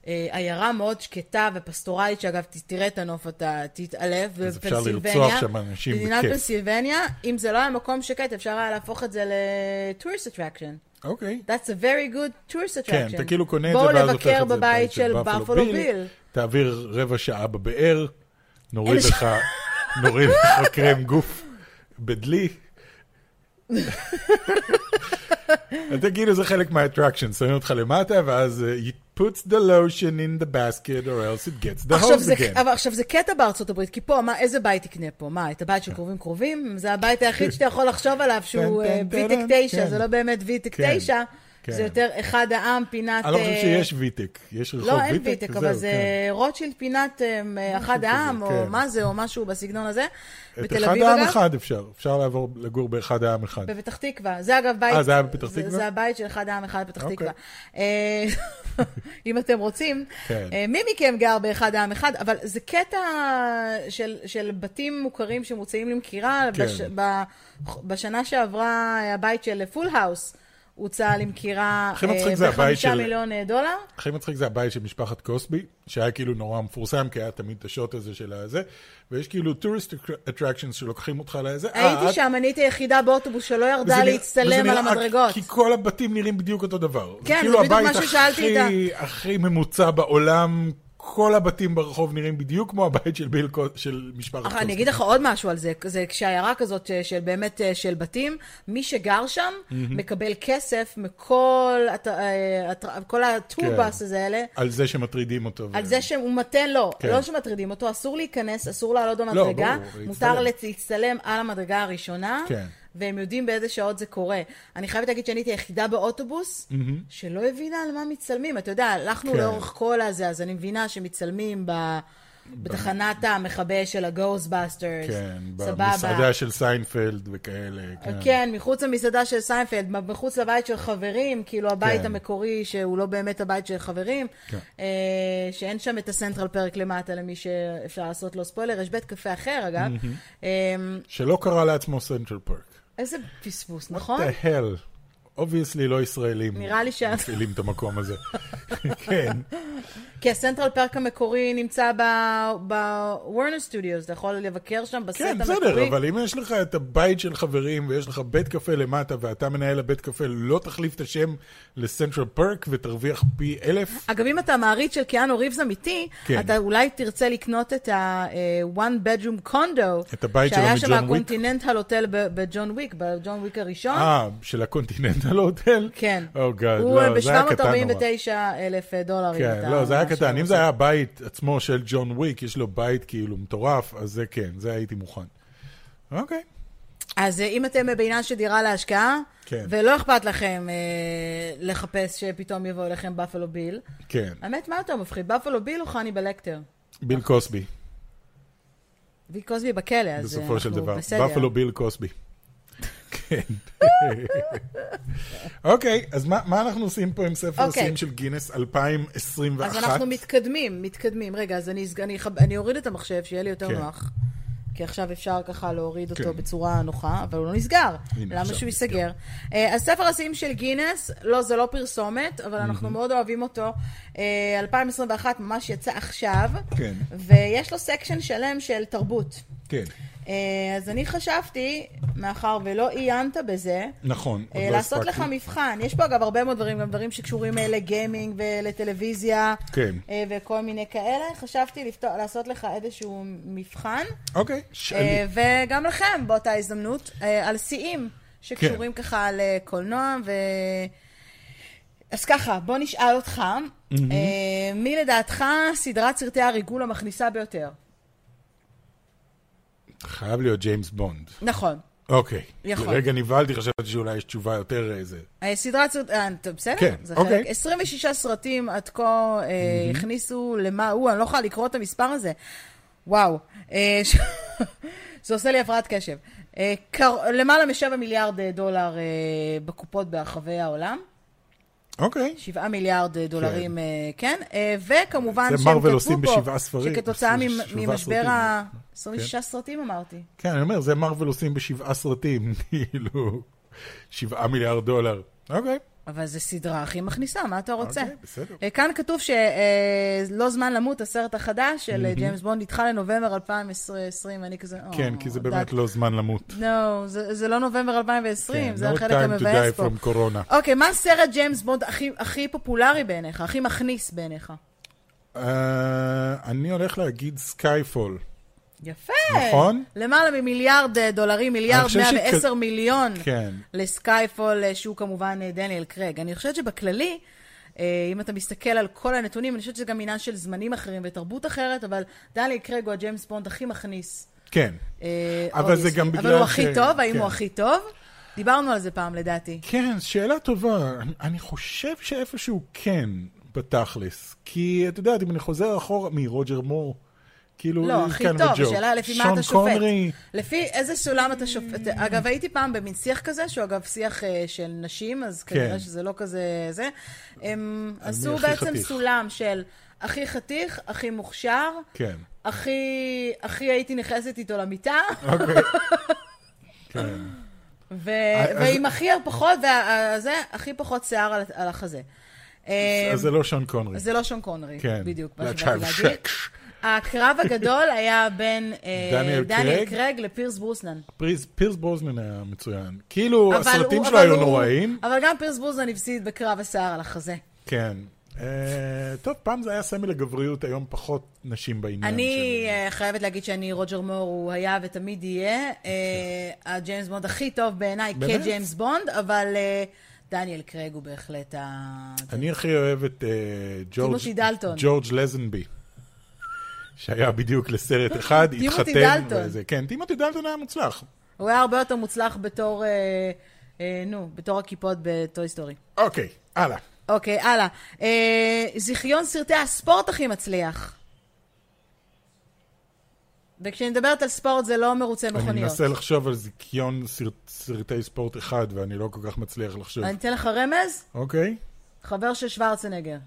אה, עיירה מאוד שקטה ופסטורלית, שאגב, ת- תראה את הנוף, אתה תתעלף, אז אפשר בפנסילבניה, לרצוח שם אנשים מדינת בכיף. פנסילבניה, אם זה לא היה מקום שקט, אפשר היה להפוך את זה ל-tourist attraction. אוקיי. That's a very good tourist attraction. כן, אתה כאילו קונה את זה בואו ואז הופך את זה לבקר בבית של בפלו ביל. תעביר רבע שעה בבאר, נוריד לך, נוריד לך קרם גוף בדלי. אתה כאילו זה חלק מהאטרקשן, שמים אותך למטה ואז אה, it puts the lotion in the basket or else it gets the עכשיו hose זה, again. אבל עכשיו זה קטע בארצות הברית, כי פה, מה, איזה בית תקנה פה? מה, את הבית של קרובים קרובים? זה הבית היחיד שאתה יכול לחשוב עליו שהוא טן, אה, טן, ויטק טן, 9, כן. זה לא באמת ויטק כן, 9, כן. זה יותר אחד העם, פינת... אני לא חושב אה, שיש ויטק, יש רחוב ויטק. לא, אין ויטק, אבל זהו, כן. זה רוטשילד פינת אה, אחד העם, או כן. מה זה, או משהו בסגנון הזה. את בתל אחד אביב, העם אגב, אחד אפשר, אפשר לעבור לגור באחד העם אחד. בפתח תקווה. זה אגב בית... אה, זה היה בפתח תקווה? זה הבית של אחד העם, אחד בפתח אוקיי. תקווה. אה, אם אתם רוצים. כן. אה, מי מכם גר באחד העם אחד? אבל זה קטע של- של בתים מוכרים שמוצאים למכירה. כן. בש- ב- בשנה שעברה אה, הבית של פול האוס הוצע למכירה הכי מצחיק אה, זה הבית בחמישה של- מיליון אה, דולר. הכי מצחיק זה הבית של משפחת קוסבי, שהיה כאילו נורא מפורסם, כי היה תמיד את השוט הזה של הזה, ויש כאילו טוריסט אטרקשנס שלוקחים אותך לזה. אה, הייתי את- שם, אני הייתי היחידה באוטובוס שלא וזה ירדה נראה- וזה להצטלם נראה על המדרגות. כי כל הבתים נראים בדיוק אותו דבר. כן, כאילו זה בדיוק הבית מה ששאלתי הכי- הכי ממוצע בעולם, כל הבתים ברחוב נראים בדיוק כמו הבית של ביל קו- של משפחת אך אה, אני קוסטנר. אגיד לך עוד משהו על זה, זה כשעיירה כזאת אה, של באמת אה, של בתים, מי שגר שם מקבל כסף מכל הת- אה, הת- כל הטורבאס כן. הזה האלה. על זה שמטרידים אותו. ו- על זה שהוא מתן, לא, כן. לא שמטרידים אותו, אסור להיכנס, אסור לעלות לא, במדרגה, ברור, מותר להצטלם. לצ- להצטלם על המדרגה הראשונה, כן. והם יודעים באיזה שעות זה קורה. אני חייבת להגיד שאני הייתי היחידה באוטובוס שלא הבינה על מה מצטלמים. אתה יודע, הלכנו כן. לאורך כל הזה, אז אני מבינה שמצטלמים ב... בתחנת המכבה של ה-Ghostbusters, כן, סבבה. במסעדה של סיינפלד וכאלה. כן. כן, מחוץ למסעדה של סיינפלד, מחוץ לבית של חברים, כאילו הבית כן. המקורי שהוא לא באמת הבית של חברים, כן. אה, שאין שם את הסנטרל פרק למטה למי שאפשר לעשות לו ספוילר, יש בית קפה אחר אגב. אה, שלא קרא לעצמו סנטרל פארק. איזה פספוס, What נכון? the hell? אובייסלי לא ישראלים. נראה לי שה- מפעילים את המקום הזה. כן, כי הסנטרל פארק המקורי נמצא בוורנר סטודיוס, אתה יכול לבקר שם בסט כן, המקורי. בסדר, אבל אם יש לך את הבית של חברים ויש לך בית קפה למטה ואתה מנהל הבית קפה, לא תחליף את השם לסנטרל פארק ותרוויח פי אלף? אגב, אם אתה מעריץ של קיאנו ריבס אמיתי, כן. אתה אולי תרצה לקנות את ה-one bedroom condo, את הבית שלו שהיה מג'ון שם ויק? הקונטיננטל הוטל ב- בג'ון וויק, בג'ון וויק הראשון. אה, של הקונטיננטל הוטל? כן. או גאד, הוא לא, זה היה קטן נורא. ב-749 אלף אה, דולר. אם כן, אתה לא, זה היה ממש קטן. אם רוצה. זה היה הבית עצמו של ג'ון וויק, יש לו בית כאילו מטורף, אז זה כן, זה הייתי מוכן. אוקיי. אז אה, אם אתם בעניין של דירה להשקעה, כן. ולא אכפת לכם אה, לחפש שפתאום יבוא אליכם בפלו ביל, כן, האמת, מה יותר מפחיד, בפלו ביל או חניבל לקטר? ביל קוסבי, ביל קוסבי בכלא, אז אה, בסופו של אנחנו דבר. בסדר. בפלו ביל קוסבי. כן. אוקיי, אז מה מה אנחנו עושים פה עם ספר אוקיי. השיאים של גינס 2021? אז אנחנו מתקדמים, מתקדמים. רגע, אז אני, אני, אח- אני אוריד את המחשב, שיהיה לי יותר כן. נוח. כי עכשיו אפשר ככה להוריד אותו כן. בצורה נוחה, אבל הוא לא נסגר. הנה, למה עכשיו שהוא נסגר. ייסגר? אה, אז ספר השיאים של גינס, לא, זה לא פרסומת, אבל אנחנו מאוד אוהבים אותו. אה, 2021 ממש יצא עכשיו, כן. ויש לו סקשן שלם של תרבות. כן, אה, אז אני חשבתי, מאחר ולא עיינת בזה, נכון. עוד אה, לא לעשות לך הספקתי. מבחן. יש פה אגב הרבה מאוד דברים, גם דברים שקשורים אה, לגיימינג ולטלוויזיה, כן. אה, וכל מיני כאלה. חשבתי לפתוח, לעשות לך איזשהו מבחן, אוקיי, שאלי. אה, וגם לכם באותה הזדמנות, אה, על שיאים כן. שקשורים ככה לקולנוע ו... אז ככה, בוא נשאל אותך, אה, מי לדעתך סדרת סרטי הריגול המכניסה ביותר? חייב להיות ג'יימס בונד. נכון. אוקיי. יכול. לרגע נבהלתי, חשבתי שאולי יש תשובה יותר איזה. אה, סדרת סרט... אה, טוב, בסדר? כן, זה אוקיי. חלק. 26 סרטים עד כה אה, הכניסו למה הוא, אני לא יכולה לקרוא את המספר הזה. וואו. אה, ש- זה עושה לי הפרעת קשב. אה, קר- למעלה משבע מיליארד אה, דולר אה, בקופות ברחבי העולם. אוקיי. שבעה מיליארד אה, דולרים, אה, כן. אה, וכמובן זה שהם מארוול כתבו עושים פה בשבעה ספרים, שכתוצאה ממ- בשבעה ממשבר סרטים. ה... 26 סרטים אמרתי. כן, אני אומר, זה מרוויל עושים בשבעה סרטים, כאילו, שבעה מיליארד דולר. אוקיי. אבל זו סדרה הכי מכניסה, מה אתה רוצה? אוקיי, בסדר. אה, כאן כתוב שלא זמן למות, הסרט החדש של אה, ג'יימס בונד נדחה לנובמבר 2020, אני כזה... "או, כן, כי זה דת- באמת לא זמן למות. לא, זה זה לא נובמבר 2020, כן, זה no החלק time to המבאס die פה. from corona. אוקיי, מה סרט ג'יימס בונד הכי- הכי פופולרי בעיניך, הכי מכניס בעיניך? אה, אני הולך להגיד סקייפול. יפה. נכון. למעלה ממיליארד אה, דולרים, מיליארד אני חושב 110 שכ- מיליון. כן. לסקייפול, אה, שהוא כמובן אה, דניאל קרג. אני חושבת שבכללי, אה, אם אתה מסתכל על כל הנתונים, אני חושבת שזה גם עניין של זמנים אחרים ותרבות אחרת, אבל דניאל קרג הוא הג'יימס בונד הכי מכניס. כן. אה, אבל זה obviously. גם אבל בגלל הוא ש- הכי טוב? האם כן. הוא הכי טוב? דיברנו על זה פעם, לדעתי. כן, שאלה טובה. אני- אני חושב שאיפשהו כן, בתכלס. כי, את יודעת, אם אני חוזר אחורה מרוג'ר מור, כאילו, לא, הכי כן טוב, וג'ו. השאלה לפי מה שון אתה שופט. קונרי, לפי איזה סולם אתה שופט. אגב, הייתי פעם במין שיח כזה, שהוא אגב שיח אה, של נשים, אז כנראה שזה לא כזה זה. הם אז עשו מי כן. הכי בעצם חתיך? סולם של הכי חתיך, הכי מוכשר, כן. הכי הכי הייתי נכנסת איתו למיטה, אוקיי. כן. ו- אה, אז- ועם הכי פחות, וזה, הכי פחות שיער על- על החזה. אמ, אז זה לא שון קונרי. אה, זה לא שון קונרי, כן. בדיוק, מה Let's שבאתי have להגיד. sex. הקרב הגדול היה בין אה, דניאל דניאל קרג? קרג לפירס ברוסנן. פריז- פירס ברוזמן היה מצוין. כאילו, אבל הסרטים הוא- שלו אבל היו הוא- נוראים. אבל גם פירס ברוזן הפסיד בקרב השיער על החזה. כן. אה, טוב, פעם זה היה סמל לגבריות, היום פחות נשים בעניין אני אה, חייבת להגיד שאני, רוג'ר מור, הוא היה ותמיד יהיה אה, הג'יימס בונד הכי טוב בעיניי באמת? כג'יימס בונד, אבל אה, דניאל קרייג הוא בהחלט ה... אני הכי אוהב את אה, ג'ורג' טימותי דלטון. ג'ורג' לזנבי, שהיה בדיוק לסרט אחד, טימותי התחתן. דלטון. וזה- כן, טימותי דלטון היה מוצלח. הוא היה הרבה יותר מוצלח בתור, אה, אה, נו, בתור הקיפוד בטוי סטורי. אוקיי, הלאה. אוקיי, הלאה. אה, זיכיון סרטי הספורט הכי מצליח. וכשאני מדברת על ספורט זה לא מרוצי אני מכוניות. מנסה לחשוב על זיכיון סרט- סרטי ספורט אחד, ואני לא כל כך מצליח לחשוב. אני אתן לך רמז? אוקיי? חבר של שוורצנגר.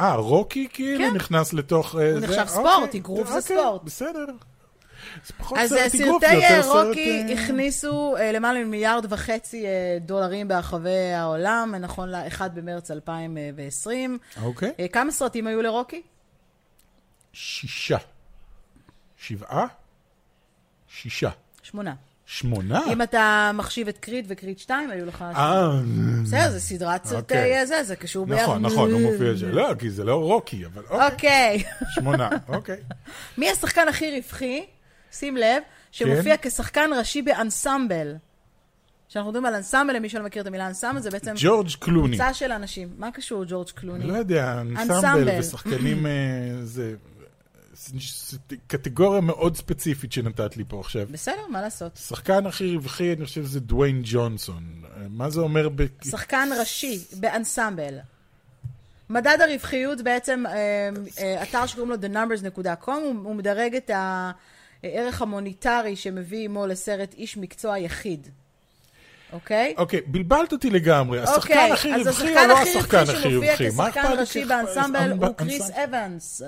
אה, רוקי כאילו כן. נכנס לתוך... אה, הוא זה? נחשב אוקיי, ספורט, אגרוף זה אוקיי, ספורט. בסדר. זה פחות אז סרט אגרוף, סרטי זה יותר אה, סרט, רוקי אה, הכניסו אה, למעלה ממיליארד וחצי אה, דולרים ברחבי העולם, נכון ל-1 במרץ 2020. אוקיי. אה, כמה סרטים היו לרוקי? שישה. שבעה? שישה. שמונה. שמונה? אם אתה מחשיב את קריד וקריד 2, היו לך... אה, בסדר, זה סדרת סרטי אה, אוקיי. זה, זה קשור ביחד. נכון, נכון, הוא מופיע שם. לא, כי זה לא רוקי, אבל אוקיי, אוקיי. שמונה, אוקיי. מי השחקן הכי רווחי, שים לב, שמופיע כן. כשחקן ראשי באנסמבל? כשאנחנו מדברים על אנסמבל, למי שלא מכיר את המילה אנסמבל, זה בעצם ג'ורג' קלוני. קבוצה של אנשים. מה קשור ג'ורג' קלוני? לא יודע, אנסמבל. אנסמבל ושחקנים, אה, זה ס- ס- קטגוריה מאוד ספציפית שנתת לי פה עכשיו. בסדר, מה לעשות? השחקן הכי רווחי, אני חושב שזה דוויין ג'ונסון. אה, מה זה אומר ב... שחקן ראשי באנסמבל. מדד הרווחיות בעצם, אה, אה, אתר שקוראים לו thenumbers.com, הוא- הוא מדרג את הערך המוניטרי שמביא עמו לסרט איש מקצוע יחיד. אוקיי? אוקיי, בלבלת אותי לגמרי. השחקן אוקיי, הכי אז רווחי או השחקן לא הכי השחקן רווחי הכי שמופיע רווחי? מה כשחקן אכפת לי ראשי כ- באנסמבל אנ- הוא קריס אנסמבל? אבנס.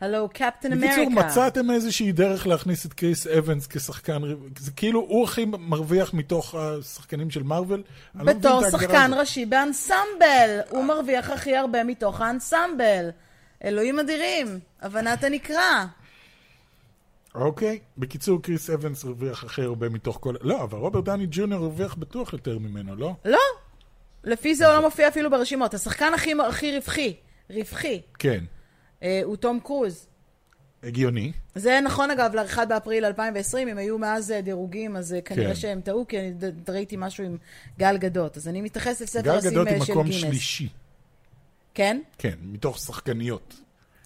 הלו, הוא קפטן אמריקה. בקיצור, מצאתם איזושהי דרך להכניס את קריס אבנס כשחקן, רו- זה כאילו הוא הכי מרוויח מתוך השחקנים של מארוול. אני לא מבין את בתור ההגדרה שחקן הזאת. ראשי באנסמבל. הוא מרוויח הכי הרבה מתוך האנסמבל. אלוהים אדירים, הבנת הנקרא. אוקיי. בקיצור, קריס אבנס הרוויח הכי הרבה מתוך כל... לא, אבל רוברט דני ג'וניור הרוויח בטוח יותר ממנו, לא? לא, לפי זה הוא לא מופיע אפילו ברשימות. השחקן הכי הכי רווחי, רווחי, כן. אה, הוא תום קרוז. הגיוני. זה נכון אגב ל-1 באפריל 2020, אם היו מאז אה, דירוגים, אז אה, כנראה כן. שהם טעו, כי אני ד- ראיתי משהו עם גל גדות. אז אני מתייחסת לספר גל הסים גדות אה, היא של מקום גינס. שלישי. כן? כן, מתוך שחקניות.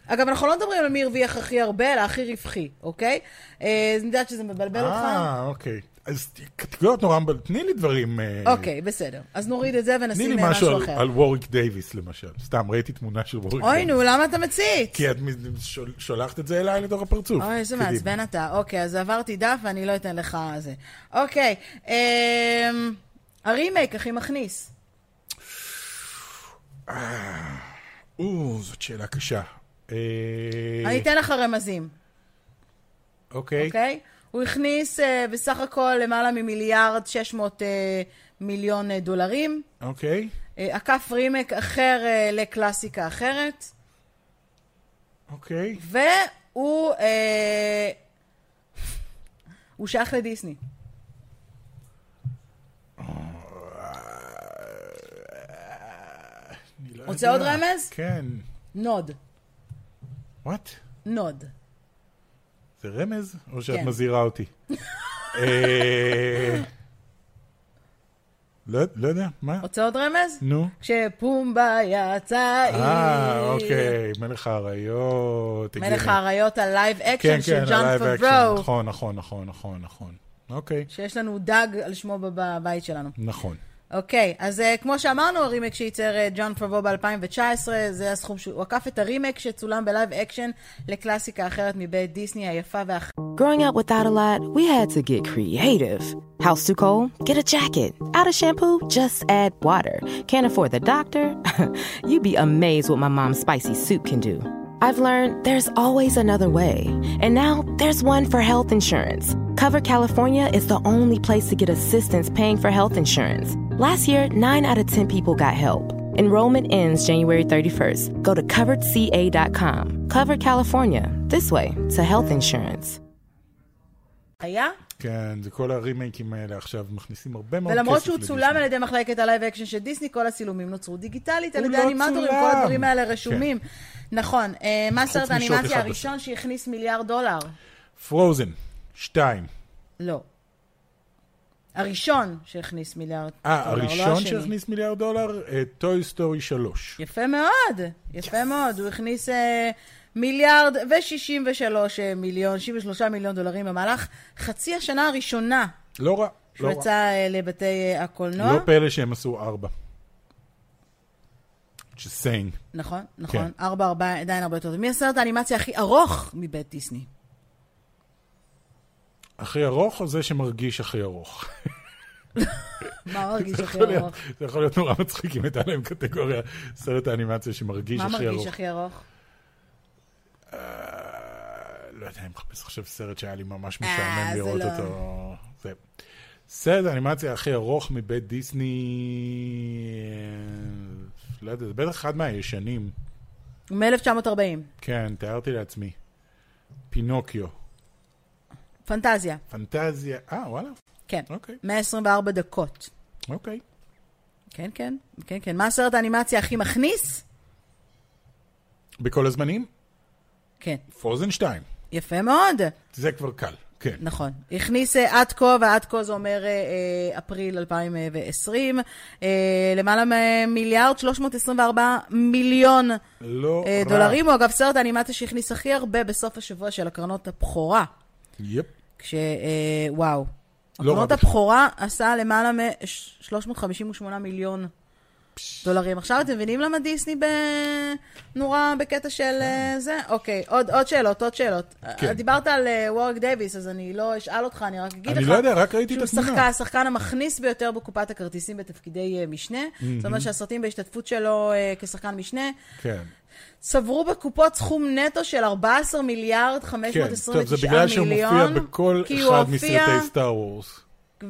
אגב, אנחנו לא מדברים על מי הרוויח הכי הרבה, אלא הכי רווחי, אוקיי? אה, נכון. אני יודעת שזה מבלבל אותך. אה, אוקיי. אז קטגוריות נורא מבלבלות. תני לי דברים... אה, אוקיי, בסדר. אז נוריד את זה תני ונשים לי אה, משהו משהו על- אחר. על ווריק דייוויס, למשל. סתם, ראיתי תמונה של ווריק אוי, דייוויס. נו, למה אתה מציץ? כי את מ- שול- שולחת את זה אליי לתוך הפרצוף. אוי, איזה כן, קדימה. מעצבן אתה. אוקיי, אז עברתי דף ואני לא אתן לך זה. אוקיי, אמ, הרימייק הכי מכניס. או, זאת שאלה קשה. אה, אני אתן לך רמזים, אוקיי. אוקיי? הוא הכניס אה, בסך הכל למעלה ממיליארד 600 אה, מיליון אה, דולרים. אוקיי. אה, עקף רימייק אחר אה, לקלאסיקה אחרת. אוקיי. והוא אה, הוא שייך לדיסני. אני לא רוצה יודע. עוד רמז? כן. נוד. וואט? נוד. זה רמז? או שאת כן. מזהירה אותי? אה, לא לא יודע, מה? רוצה עוד רמז? נו. כשפומבה יצא היא. אה, אוקיי, מלך האריות. מלך הגיוני. האריות הלייב כן, אקשן של כן, ג'ון הלייב אקשן. פברו, נכון, נכון, נכון, נכון, נכון. אוקיי, שיש לנו דג על שמו בב- בבית שלנו. נכון. אוקיי, אז אה, כמו שאמרנו, הרימק שייצר אה, ג'ון פברו ב-2019, זה הסכום שהוא עקף את הרימק שצולם בלייב אקשן לקלאסיקה אחרת מבית דיסני היפה והח... Growing up without a lot, we had to get creative. House too cold? Get a jacket. Out of shampoo? Just add water. Can't afford the doctor? You'd be amazed what my mom's spicy soup can do. I've learned there's always another way, and now there's one for health insurance. Cover California is the only place to get assistance paying for health insurance. Last year, 9 out of 10 people got help. Enrollment ends January 31st. Go to coveredca.com. Cover California, this way to health insurance. היה? כן, זה כל הרימייקים האלה עכשיו, מכניסים הרבה מאוד כסף ולמרות שהוא לדיסני. צולם על ידי מחלקת הלייב אקשן של דיסני, כל הצילומים נוצרו דיגיטלית על הוא ידי לא אנימטורים, צולם. כן. כל הדברים האלה רשומים. נכון, אה, מה הסרט משוט האנימציה אחד הראשון שהכניס מיליארד דולר? פרוזן, שתיים. לא. הראשון שהכניס מיליארד אה, דולר, לא הראשון השני. שהכניס מיליארד דולר? אה, טוי סטורי 3. יפה מאוד, יפה מאוד. הוא הכניס אה, מיליארד ו-63 מיליון, 63 מיליון דולרים במהלך חצי השנה הראשונה לא רע, לא שהוא יצא רע. אה, לבתי אה, הקולנוע. לא פלא שהם עשו ארבע. Just saying. נכון, נכון. כן. ארבע, ארבע, עדיין הרבה יותר טוב. מי הסרט האנימציה הכי ארוך מבית דיסני? הכי ארוך או זה שמרגיש הכי ארוך? מה מרגיש הכי יכול להיות- ארוך? זה יכול להיות נורא מצחיק אם הייתה להם קטגוריה, סרט האנימציה שמרגיש מה הכי ארוך. מרגיש הכי ארוך? אה, לא יודע, אני מחפש עכשיו סרט שהיה לי ממש אה, משעמם זה לראות לא. אותו. זה- סרט האנימציה הכי ארוך מבית דיסני, אה, לא יודע, זה בטח אחד מהישנים. מ-1940. כן, תיארתי לעצמי. פינוקיו. פנטזיה, פנטזיה, אה, וואלה, כן. אוקיי, 124 דקות. אוקיי. כן, כן, כן, כן. מה הסרט האנימציה הכי מכניס? בכל הזמנים? כן. פרוזן 2. יפה מאוד. זה כבר קל, כן. נכון. הכניס אה, עד כה, ועד כה זה אומר אה, אה, אפריל 2020, אה, למעלה ממיליארד 324 מיליון לא אה, רע. דולרים. הוא אגב סרט האנימציה שהכניס הכי הרבה בסוף השבוע של הקרנות הבכורה. יפ. כש... אה, וואו. לא הקרנות רע בכלל. הבכורה עשה למעלה מ-358 מיליון דולרים. עכשיו אתם מבינים למה דיסני ב... נורא בקטע של אה, זה? אוקיי, עוד, עוד שאלות, עוד שאלות. כן. דיברת על אה, וורק דייוויס, אז אני לא אשאל אותך, אני רק אגיד אני לך... לא יודע, רק ראיתי את שהוא התמונה. שחקן- השחקן המכניס ביותר בקופת הכרטיסים בתפקידי אה, משנה. זאת אומרת שהסרטים בהשתתפות שלו אה, כשחקן משנה כן. צברו בקופות סכום נטו של 14 מיליארד כן, 529 טוב, מיליון. זה בגלל שהוא מופיע בכל כי הוא אחד הופיע- מסרטי סטאר וורס.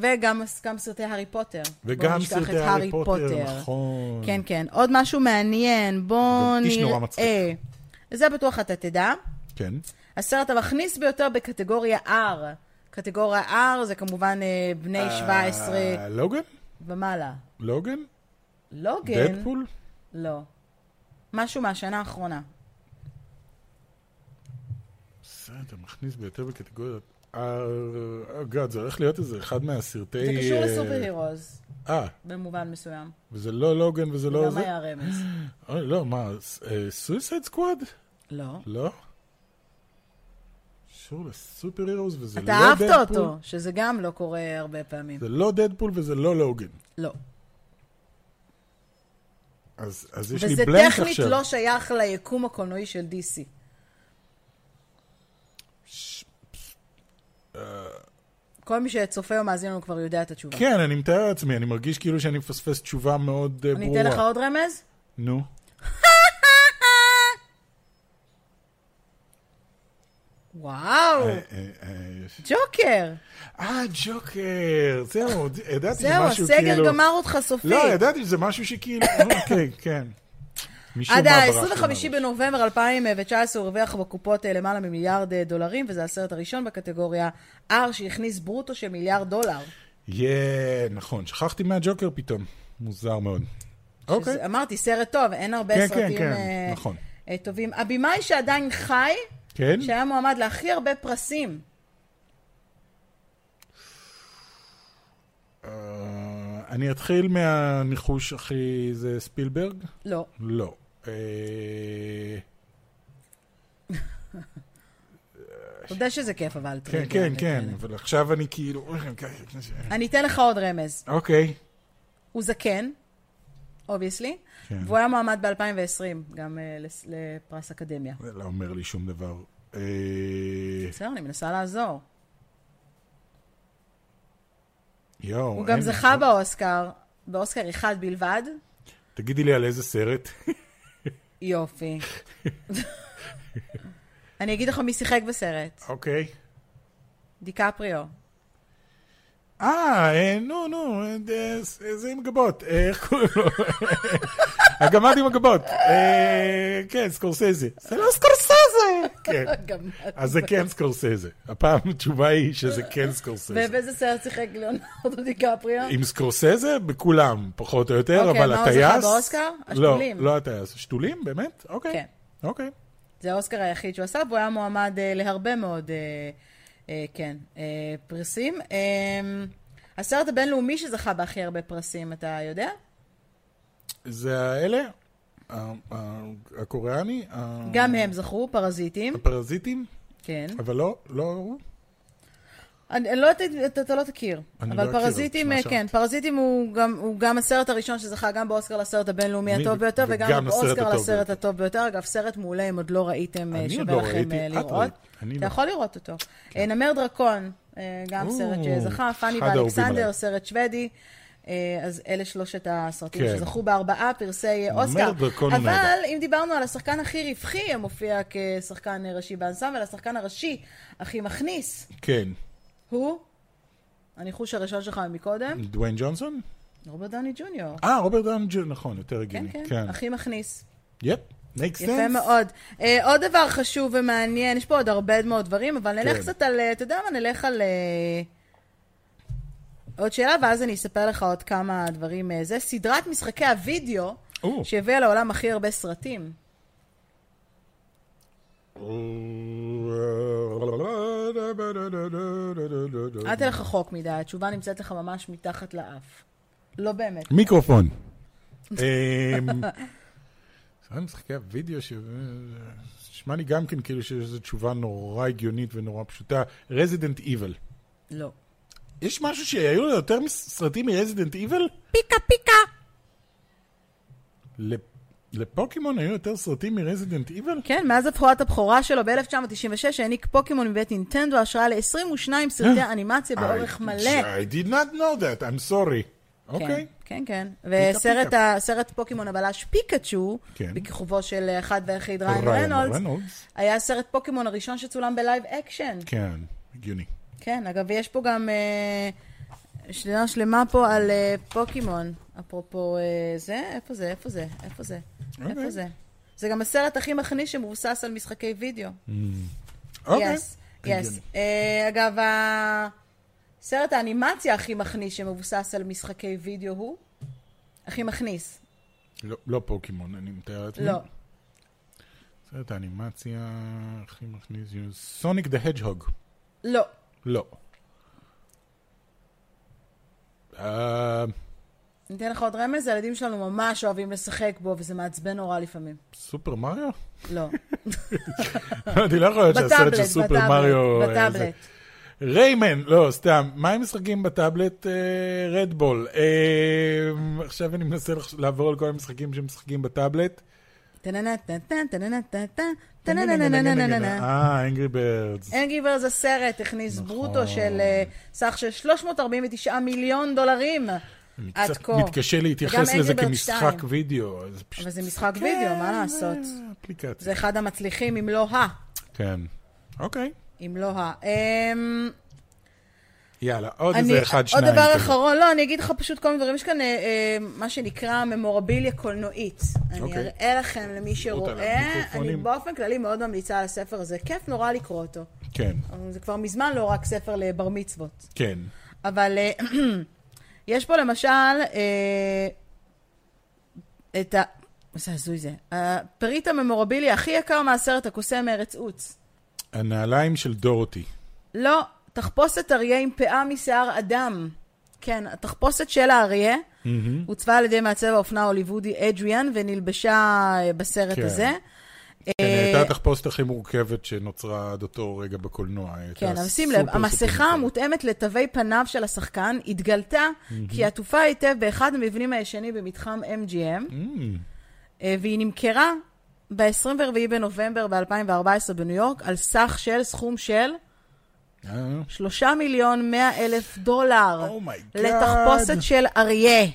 וגם גם סרטי הארי פוטר. בואו וגם נשכח את סרטי הארי פוטר, נכון. כן, כן. עוד משהו מעניין, בואו גם איש נורא נראה. מצחיק. זה בטוח אתה תדע. כן. הסרט המכניס ביותר בקטגוריה R. קטגוריה R זה כמובן אה, בני 17 אה, לוגן? ומעלה. לוגן? לוגן? דדפול? לא. משהו מהשנה האחרונה. בסדר, מכניס ביותר בקטגוריות. אה, גאד, זה הולך להיות איזה אחד מהסרטי... זה קשור אה, לסופר הירוז, אה, במובן מסוים. וזה לא לוגן וזה לא גם זה? היה רמז. אוי, לא, מה, סויסייד סקוואד? לא. לא? קשור לסופר הירוס וזה לא אתה דדפול? אהבת אותו, שזה גם לא קורה הרבה פעמים. זה לא דדפול וזה לא לוגן. לא. אז אז יש לי וזה בלנק טכנית עכשיו. לא שייך ליקום הקולנועי של DC. כל מי שצופה או מאזין לנו כבר יודע את התשובה. אה, כן, אני מתאר לעצמי, אני מרגיש כאילו שאני מפספס תשובה מאוד אה, אני ברורה. אתן לך עוד רמז? נו. וואו, אה, אה, אה, יש- ג'וקר. אה, ג'וקר, זהו, ד- ידעתי שזה זהו, משהו כאילו... הסגר גמר אותך סופי. לא, ידעתי שזה משהו שכאילו, אוקיי, כן. משום עד מה ברח לי ה-25 מהראש. בנובמבר 2019 הוא הרוויח בקופות אה, למעלה ממיליארד אה, דולרים, וזה הסרט הראשון בקטגוריה R שהכניס ברוטו של מיליארד דולר. יא, נכון, שכחתי מהג'וקר פתאום. מוזר מאוד. אוקיי. שזה- אמרתי, סרט טוב, אין הרבה כן, סרטים כן, אה, נכון. אה, טובים. הבמאי שעדיין חי, כן? שהיה מועמד להכי הרבה פרסים. אה, אני אתחיל מהניחוש הכי... זה ספילברג? לא. לא. אה, תודה שזה כיף, אבל. כן, טריוויה, כן, באמת. כן, אבל עכשיו אני כאילו... אני אתן לך עוד רמז. אוקיי. הוא זקן, אובייסלי, כן. והוא היה מועמד ב-2020 גם אה, לס- לפרס אקדמיה. זה לא אומר לי שום דבר. אה, בסדר, אני מנסה לעזור. יואו. הוא גם אין- זכה באוסקר, באוסקר אחד בלבד. תגידי לי על איזה סרט. יופי. אני אגיד לך מי שיחק בסרט. אוקיי. דיקפריו. אה, אה, נו, נו, אה, אה, זה עם גבות, אה, איך קוראים לו? הגמד עם הגבות, אה, כן, סקורסזה. זה לא סקורסזה! כן. גם- אז זה כן סקורסזה. הפעם התשובה היא שזה כן סקורסזה. ובאיזה סרט שיחק ליאונרדו דיקפריו? עם סקורסזה, בכולם, פחות או יותר, אוקיי, אבל מה הוא הטייס... זכה באוסקר? השתולים. לא, לא הטייס. שתולים, באמת? אוקיי. כן. אוקיי. זה האוסקר היחיד שהוא עשה, והוא היה מועמד אה, להרבה מאוד, אה, אה, כן, אה, פרסים. אה, הסרט הבינלאומי שזכה בהכי הרבה פרסים, אתה יודע? זה האלה? ה- ה- הקוריאני? ה- גם הם זכו, פרזיטים, הפרזיטים? כן. אבל לא, לא הוא. אני אני לא יודעת, אתה- אתה לא תכיר. אני לא אבל אכיר, פרזיטים, אבל אה, שמע כן, פרזיטים הוא גם- הוא גם הסרט הראשון שזכה גם באוסקר לסרט הבינלאומי מי- הטוב ביותר, וגם וגם לסרט באוסקר הטוב לסרט ביותר. הטוב ביותר. אגב, סרט מעולה, אם עוד לא ראיתם, אה, אני עוד שווה לא לכם ראיתי, אה, את לראות. ראית, אני אתה לא. יכול לראות אותו. אה, נמר דרקון, אה, גם או, סרט שזכה, פאני אחד האהובים ואלכסנדר, עליי. סרט שוודי. אה, אז אלה שלושת הסרטים כן. שזכו בארבעה פרסי אה, אוסקר. דרקון הוא אבל נהדר. אם דיברנו על השחקן הכי רווחי, המופיע כשחקן אה, ראשי באנסמבל, השחקן הראשי הכי מכניס. כן. הוא? הניחוש הראשון שלך מקודם? דוויין ג'ונסון? רוברט דני ג'וניור. אה, רוברט דאון ג'ו, נכון, יותר כן, הגיוני. כן, הכי מכניס. יפ, מייק סנס. יפה מאוד. אה, עוד דבר חשוב ומעניין, יש פה עוד הרבה מאוד דברים, אבל נלך כן. קצת על, אה, אתה יודע מה, נלך על... אה, עוד שאלה, ואז אני אספר לך עוד כמה דברים. אה, זה סדרת משחקי הוידאו או. שהביאה לעולם הכי הרבה סרטים. אל תלך רחוק מדי, התשובה נמצאת לך ממש מתחת לאף. לא באמת. מיקרופון. אמ, זה משחקי הוידאו ש... נשמע לי גם כן כאילו שזו תשובה נורא הגיונית ונורא פשוטה. רזידנט איבל. לא. יש משהו שהיו לו יותר סרטים מרזידנט איבל? פיקה פיקה! לפוקימון היו יותר סרטים מרזידנט איבל? כן, מאז הבחורת הבכורה שלו ב-1996 העניק פוקימון מבית נינטנדו השראה ל-22 סרטי אה, אנימציה באורך מלא. I did not know that, I'm sorry. כן, אוקיי. כן, כן. וסרט פיקה. ה- סרט פוקימון הבלש פיקאצ'ו, כן. בכיכובו של אה, אחד והיחיד ריין ריין רנולדס, רנולדס. היה סרט פוקימון הראשון שצולם בלייב אקשן. כן, הגיוני. כן, אגב, יש פה גם אה, שלילה שלמה פה על אה, פוקימון. אפרופו אה, זה, איפה זה, איפה זה, איפה זה, איפה אוקיי. זה. זה גם הסרט הכי מכניס שמבוסס על משחקי וידאו. אוקיי. יס, יס. אה, אגב, הסרט האנימציה הכי מכניס שמבוסס על משחקי וידאו הוא? הכי מכניס. לא- לא פוקימון, אני מתאר לעצמי. לא. סרט האנימציה הכי מכניס... סוניק דה הג'הוג. לא. לא. אה, ניתן לך עוד רמז, הילדים שלנו ממש אוהבים לשחק בו, וזה מעצבן נורא לפעמים. סופר מריו? לא. אני לא יכול להיות שהסרט של בטאבלט, סופר מריו... בטאבלט, אה, זה. בטאבלט. ריימן, לא, סתם. מה עם משחקים בטאבלט? אה, רדבול. אה, עכשיו אני מנסה לחש- לעבור על כל המשחקים שמשחקים בטאבלט. טננטנטן, טננטנטן, טננננננננננ. אה, אנגרי ברדס. אנגי בר זה סרט, הכניס נכון. ברוטו של אה, סך של 349 מיליון דולרים אני עד קצת כה. מתקשה להתייחס וגם לזה Angry Birds כמשחק 2. וידאו. אז פשוט- אבל זה משחק כן, וידאו, מה זה לעשות? זה אפליקציה. אחד המצליחים, אם לא ה. כן. אוקיי. אם לא ה. אמ, יאללה, עוד אני- איזה אחד, שניים. עוד דבר כזה. אחרון, לא, אני אגיד לך פשוט כל מיני דברים. יש כאן אה, אה, מה שנקרא ממורביליה קולנועית. אני אוקיי. אראה לכם למי אותה שרואה. אני למיקרופונים. באופן כללי מאוד ממליצה על הספר הזה. כיף נורא לקרוא אותו. כן, אבל זה כבר מזמן לא רק ספר לבר מצוות. כן. אבל אה, יש פה למשל אה, את ה... איזה הזוי זה. הפריט הממורבילי הכי יקר מהסרט הקוסם מארץ עוץ. הנעליים של דורותי. לא, תחפושת אריה עם פאה משיער אדם. כן, התחפושת של האריה הוצבה על ידי מעצב האופנה ההוליוודי אדריאן ונלבשה אה, בסרט כן. הזה. אה, כן, הייתה התחפושת הכי מורכבת שנוצרה עד אותו רגע בקולנוע. הייתה כן, אבל שים סופר, לב, סופר המסכה מורכבת. המותאמת לתווי פניו של השחקן התגלתה כי עטופה היטב באחד המבנים הישנים במתחם MGM, אה, והיא נמכרה ב-24 בנובמבר ב-2014 בניו יורק על סך של סכום של אה, שלושה מיליון מאה אלף דולר Oh my God. לתחפושת של אריה.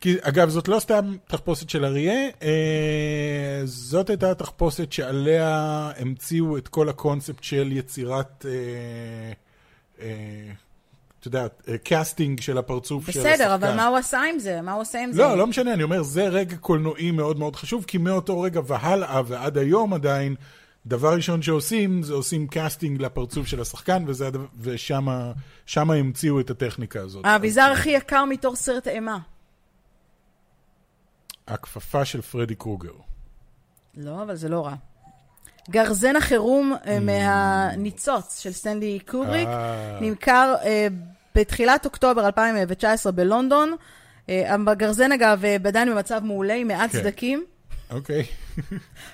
כי, אגב, זאת לא סתם תחפושת של אריה, אה, זאת הייתה התחפושת שעליה המציאו את כל הקונספט של יצירת, אה, אה, את יודעת, אה, קאסטינג של הפרצוף של השחקן. בסדר, אבל מה הוא עשה עם זה? מה הוא עושה עם זה? לא, לא משנה, אני אומר, זה רגע קולנועי מאוד מאוד חשוב, כי מאותו רגע והלאה ועד היום עדיין, דבר ראשון שעושים, זה עושים קאסטינג לפרצוף של השחקן, וזה הדבר- ושמה שמה המציאו את הטכניקה הזאת. האביזר הכי יקר מתוך סרט אימה. הכפפה של פרדי קרוגר. לא, אבל זה לא רע. גרזן החירום אה, מהניצוץ של סטנלי קובריק Mm. אה. נמכר אה, בתחילת אוקטובר 2019 בלונדון. אה, הגרזן, אגב, אה, עדיין במצב מעולה, עם מעט כן. סדקים אוקיי.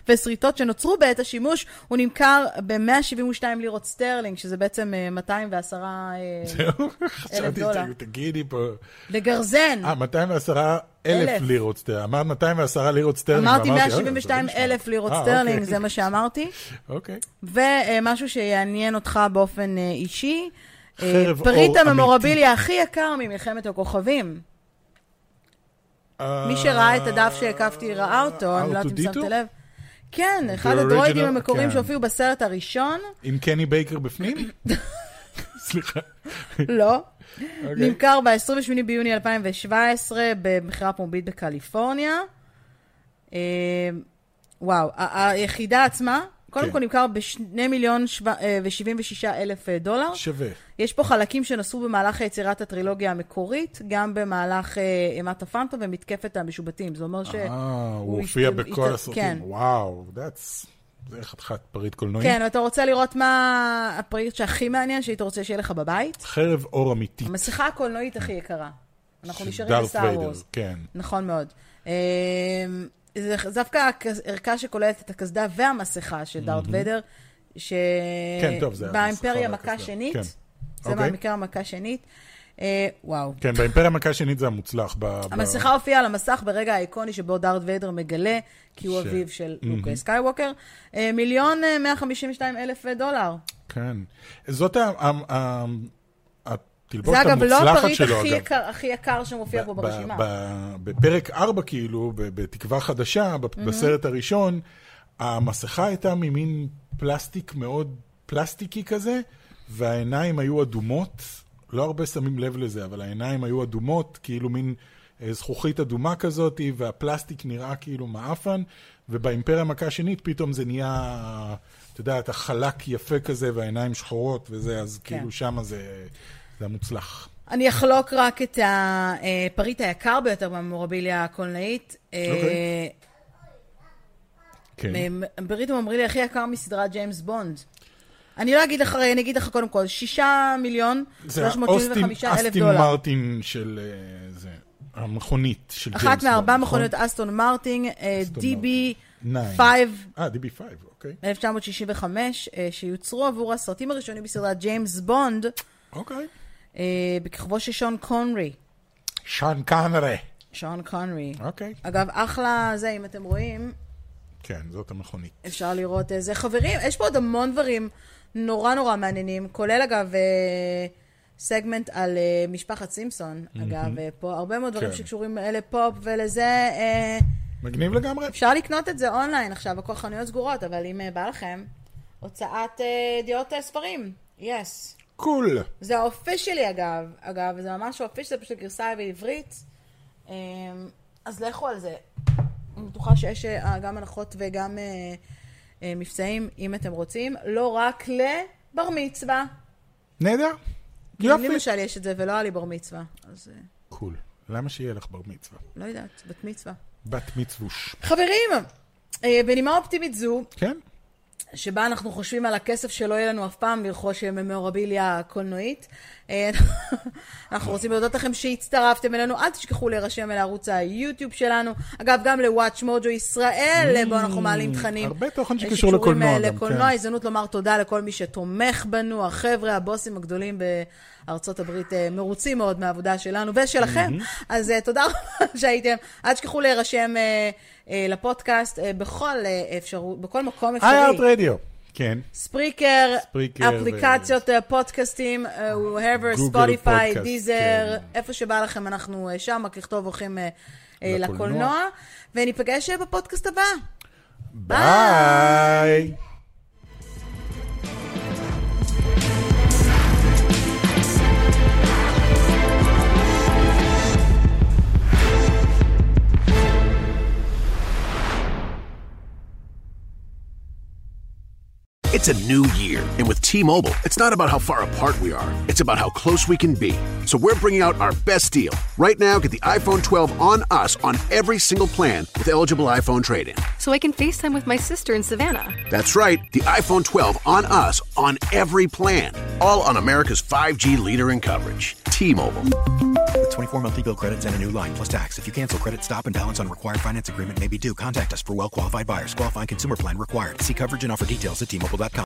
ושריטות שנוצרו בעת השימוש. הוא נמכר ב-172 לירות סטרלינג, שזה בעצם אה, 210... אה, זהו. חשבתי, דולר. תגידי פה. לגרזן! אה, 210 אלף אלף. לירות סטרלינג. אמרת 210 לירות סטרלינג. אמרתי ואמרתי, אה, 172 זה לא נשמע. אלף לירות אה, סטרלינג, אוקיי. זה מה שאמרתי. אוקיי. ומשהו שיעניין אותך באופן אה, אישי. אה, חרב פריט אור הממורביליה הכי יקר ממלחמת הכוכבים. אה, מי שראה את הדף שהקפתי ראה אותו, אני לא יודעת אם R2D2? שמת לב. כן, אחד The הדרואידים original- המקוריים כן. שהופיעו בסרט הראשון, עם קני בייקר בפנים? סליחה. לא. אוקיי. נמכר ב-28 ביוני 2017 במכירה פומבית בקליפורניה. אה, וואו, ה- היחידה עצמה, קודם כן. כל נמכר ב-2 מיליון ו-76 אלף אה, דולר. שווה. אה, יש פה חלקים שנוספו במהלך יצירת הטרילוגיה המקורית, גם במהלך אה, אימת הפנטום ומתקפת המשובטים. זה אומר ש... אה, הוא הוא הופיע השת- בכל השת- כן. הסרטים. וואו, that's... זה חתיכת פריט קולנועי. כן, אתה רוצה לראות מה הפרויקט שהכי מעניין, שהיית רוצה שיהיה לך בבית? חרב אור אמיתי. המסכה הקולנועית הכי יקרה. אנחנו של נשארים דארת בסטאר ויידר, וורס. כן. נכון מאוד. אה, זה זה דווקא הכס- ערכה שכוללת את הקסדה והמסכה של דארט ויידר, כן, טוב, זה המסכה שבאימפריה והקסדה. מכה שנית. כן. זה אוקיי. מהמקרה המכה שנית. אה, וואו. כן, לא. באימפריה מכה שנית זה המוצלח. ב- ב- המסכה הופיעה על המסך ברגע האיקוני שבו דארט ויידר מגלה כי הוא ש- אביו של לוק סקייווקר. אה, מיליון אה, 152 אלף אה, דולר. כן. זאת ה- ה- ה- זה התלבושת אגב לא המוצלחת הפריט שלו, הכי אגב. יקר- הכי יקר שמופיע פה ב- ברשימה. ב- בפרק 4, כאילו, ב- בתקווה חדשה, ב- Mm-hmm. בסרט הראשון, המסכה הייתה ממין פלסטיק מאוד פלסטיקי כזה, והעיניים היו אדומות. לא הרבה שמים לב לזה, אבל העיניים היו אדומות, כאילו מין אה, זכוכית אדומה כזאת, והפלסטיק נראה כאילו מעפן, ובאימפריה המכה השנית פתאום זה נהיה, את יודעת, החלק יפה כזה, והעיניים שחורות וזה, אז כן. כאילו שמה זה, זה המוצלח. אני אחלוק רק את הפריט היקר ביותר במורביליה הקולנועית. אה, אוקיי. כן. אה, פריט הממרילי הכי יקר מסדרת ג'יימס בונד. אני לא אגיד לך, אני אגיד לך קודם כל, שישה מיליון, זה האוסטין 375 אלף אסטין דולר. מרטין של אה, זה, המכונית של ג'יימס אחת מארבע בונד, מכוניות נכון? אסטון מרטין, אה, אסטון DB מרטין. 5 אה, DB5, אוקיי. 1965, אה, שיוצרו עבור הסרטים הראשונים בסדרת ג'יימס בונד, אוקיי. אה, בכיכובו של שון קונרי. שון קאנרה. שון קונרי. אוקיי. אגב, אחלה זה, אם אתם רואים, כן, זאת המכונית. אפשר לראות איזה חברים. יש פה עוד המון דברים נורא נורא מעניינים, כולל אגב אה, סגמנט על אה, משפחת סימפסון, אגב, אה, פה הרבה מאוד דברים כן. שקשורים אה, לפופ ולזה. אה, מגניב לגמרי. אפשר לקנות את זה אונליין עכשיו, הכל חנויות סגורות, אבל אם אה, בא לכם, הוצאת אה, ידיעות אה, ספרים, יס. Yes. קול. זה האופי שלי אגב, אגב, זה ממש האופי שזה פשוט גרסה בעברית, אה, אז לכו על זה. אני בטוחה שיש אה, גם הנחות וגם אה, אה, מבצעים, אם אתם רוצים, לא רק לבר מצווה. נהדר. לי יופי. למשל יש את זה, ולא היה לי בר מצווה, אז אה, קול. למה שיהיה לך בר מצווה? לא יודעת, בת מצווה. בת מצווש. חברים, אה, בנימה אופטימית זו, כן? שבה אנחנו חושבים על הכסף שלא יהיה לנו אף פעם לרכוש אה, ממורביליה קולנועית. אה, אנחנו רוצים להודות לכם שהצטרפתם אלינו, אל תשכחו להירשם אל ערוץ היוטיוב שלנו. אגב, גם ל-Watch Mojo ישראל, בו אנחנו מעלים תכנים. הרבה תוכן אה, שקשור שקשורים, לקולנוע אה, גם, לקולנוע, כן. הזדמנות לומר תודה לכל מי שתומך בנו. החבר'ה, הבוסים הגדולים בארצות הברית אה, מרוצים מאוד מהעבודה שלנו ושלכם. אז אה, תודה רבה שהייתם. אל תשכחו להירשם אה, אה, לפודקאסט אה, בכל אה, אפשרות, בכל מקום איי אפשרי. ארט רדיו. כן. ספריקר, ספריקר אפליקציות אה, פודקאסטים, אה, whoever, גוגל ספוטיפיי, פודקאסט, דיזר, כן. איפה שבא לכם, אנחנו אה, שם, רק לכתוב הולכים אה, אה, לקולנוע. לקולנוע, וניפגש אה, בפודקאסט הבא. ביי. It's a new year, and with T Mobile, it's not about how far apart we are, it's about how close we can be. So we're bringing out our best deal. Right now, get the iPhone 12 on us on every single plan with eligible iPhone trade in. so I can FaceTime with my sister in Savannah. That's right, the iPhone 12 on us on every plan. All on America's 5G leader in coverage, T Mobile. With 24 monthly bill credits and a new line plus tax. If you cancel credit, stop and balance on required finance agreement may be due. Contact us for well qualified buyers. Qualifying consumer plan required. See coverage and offer details at tmobile.com.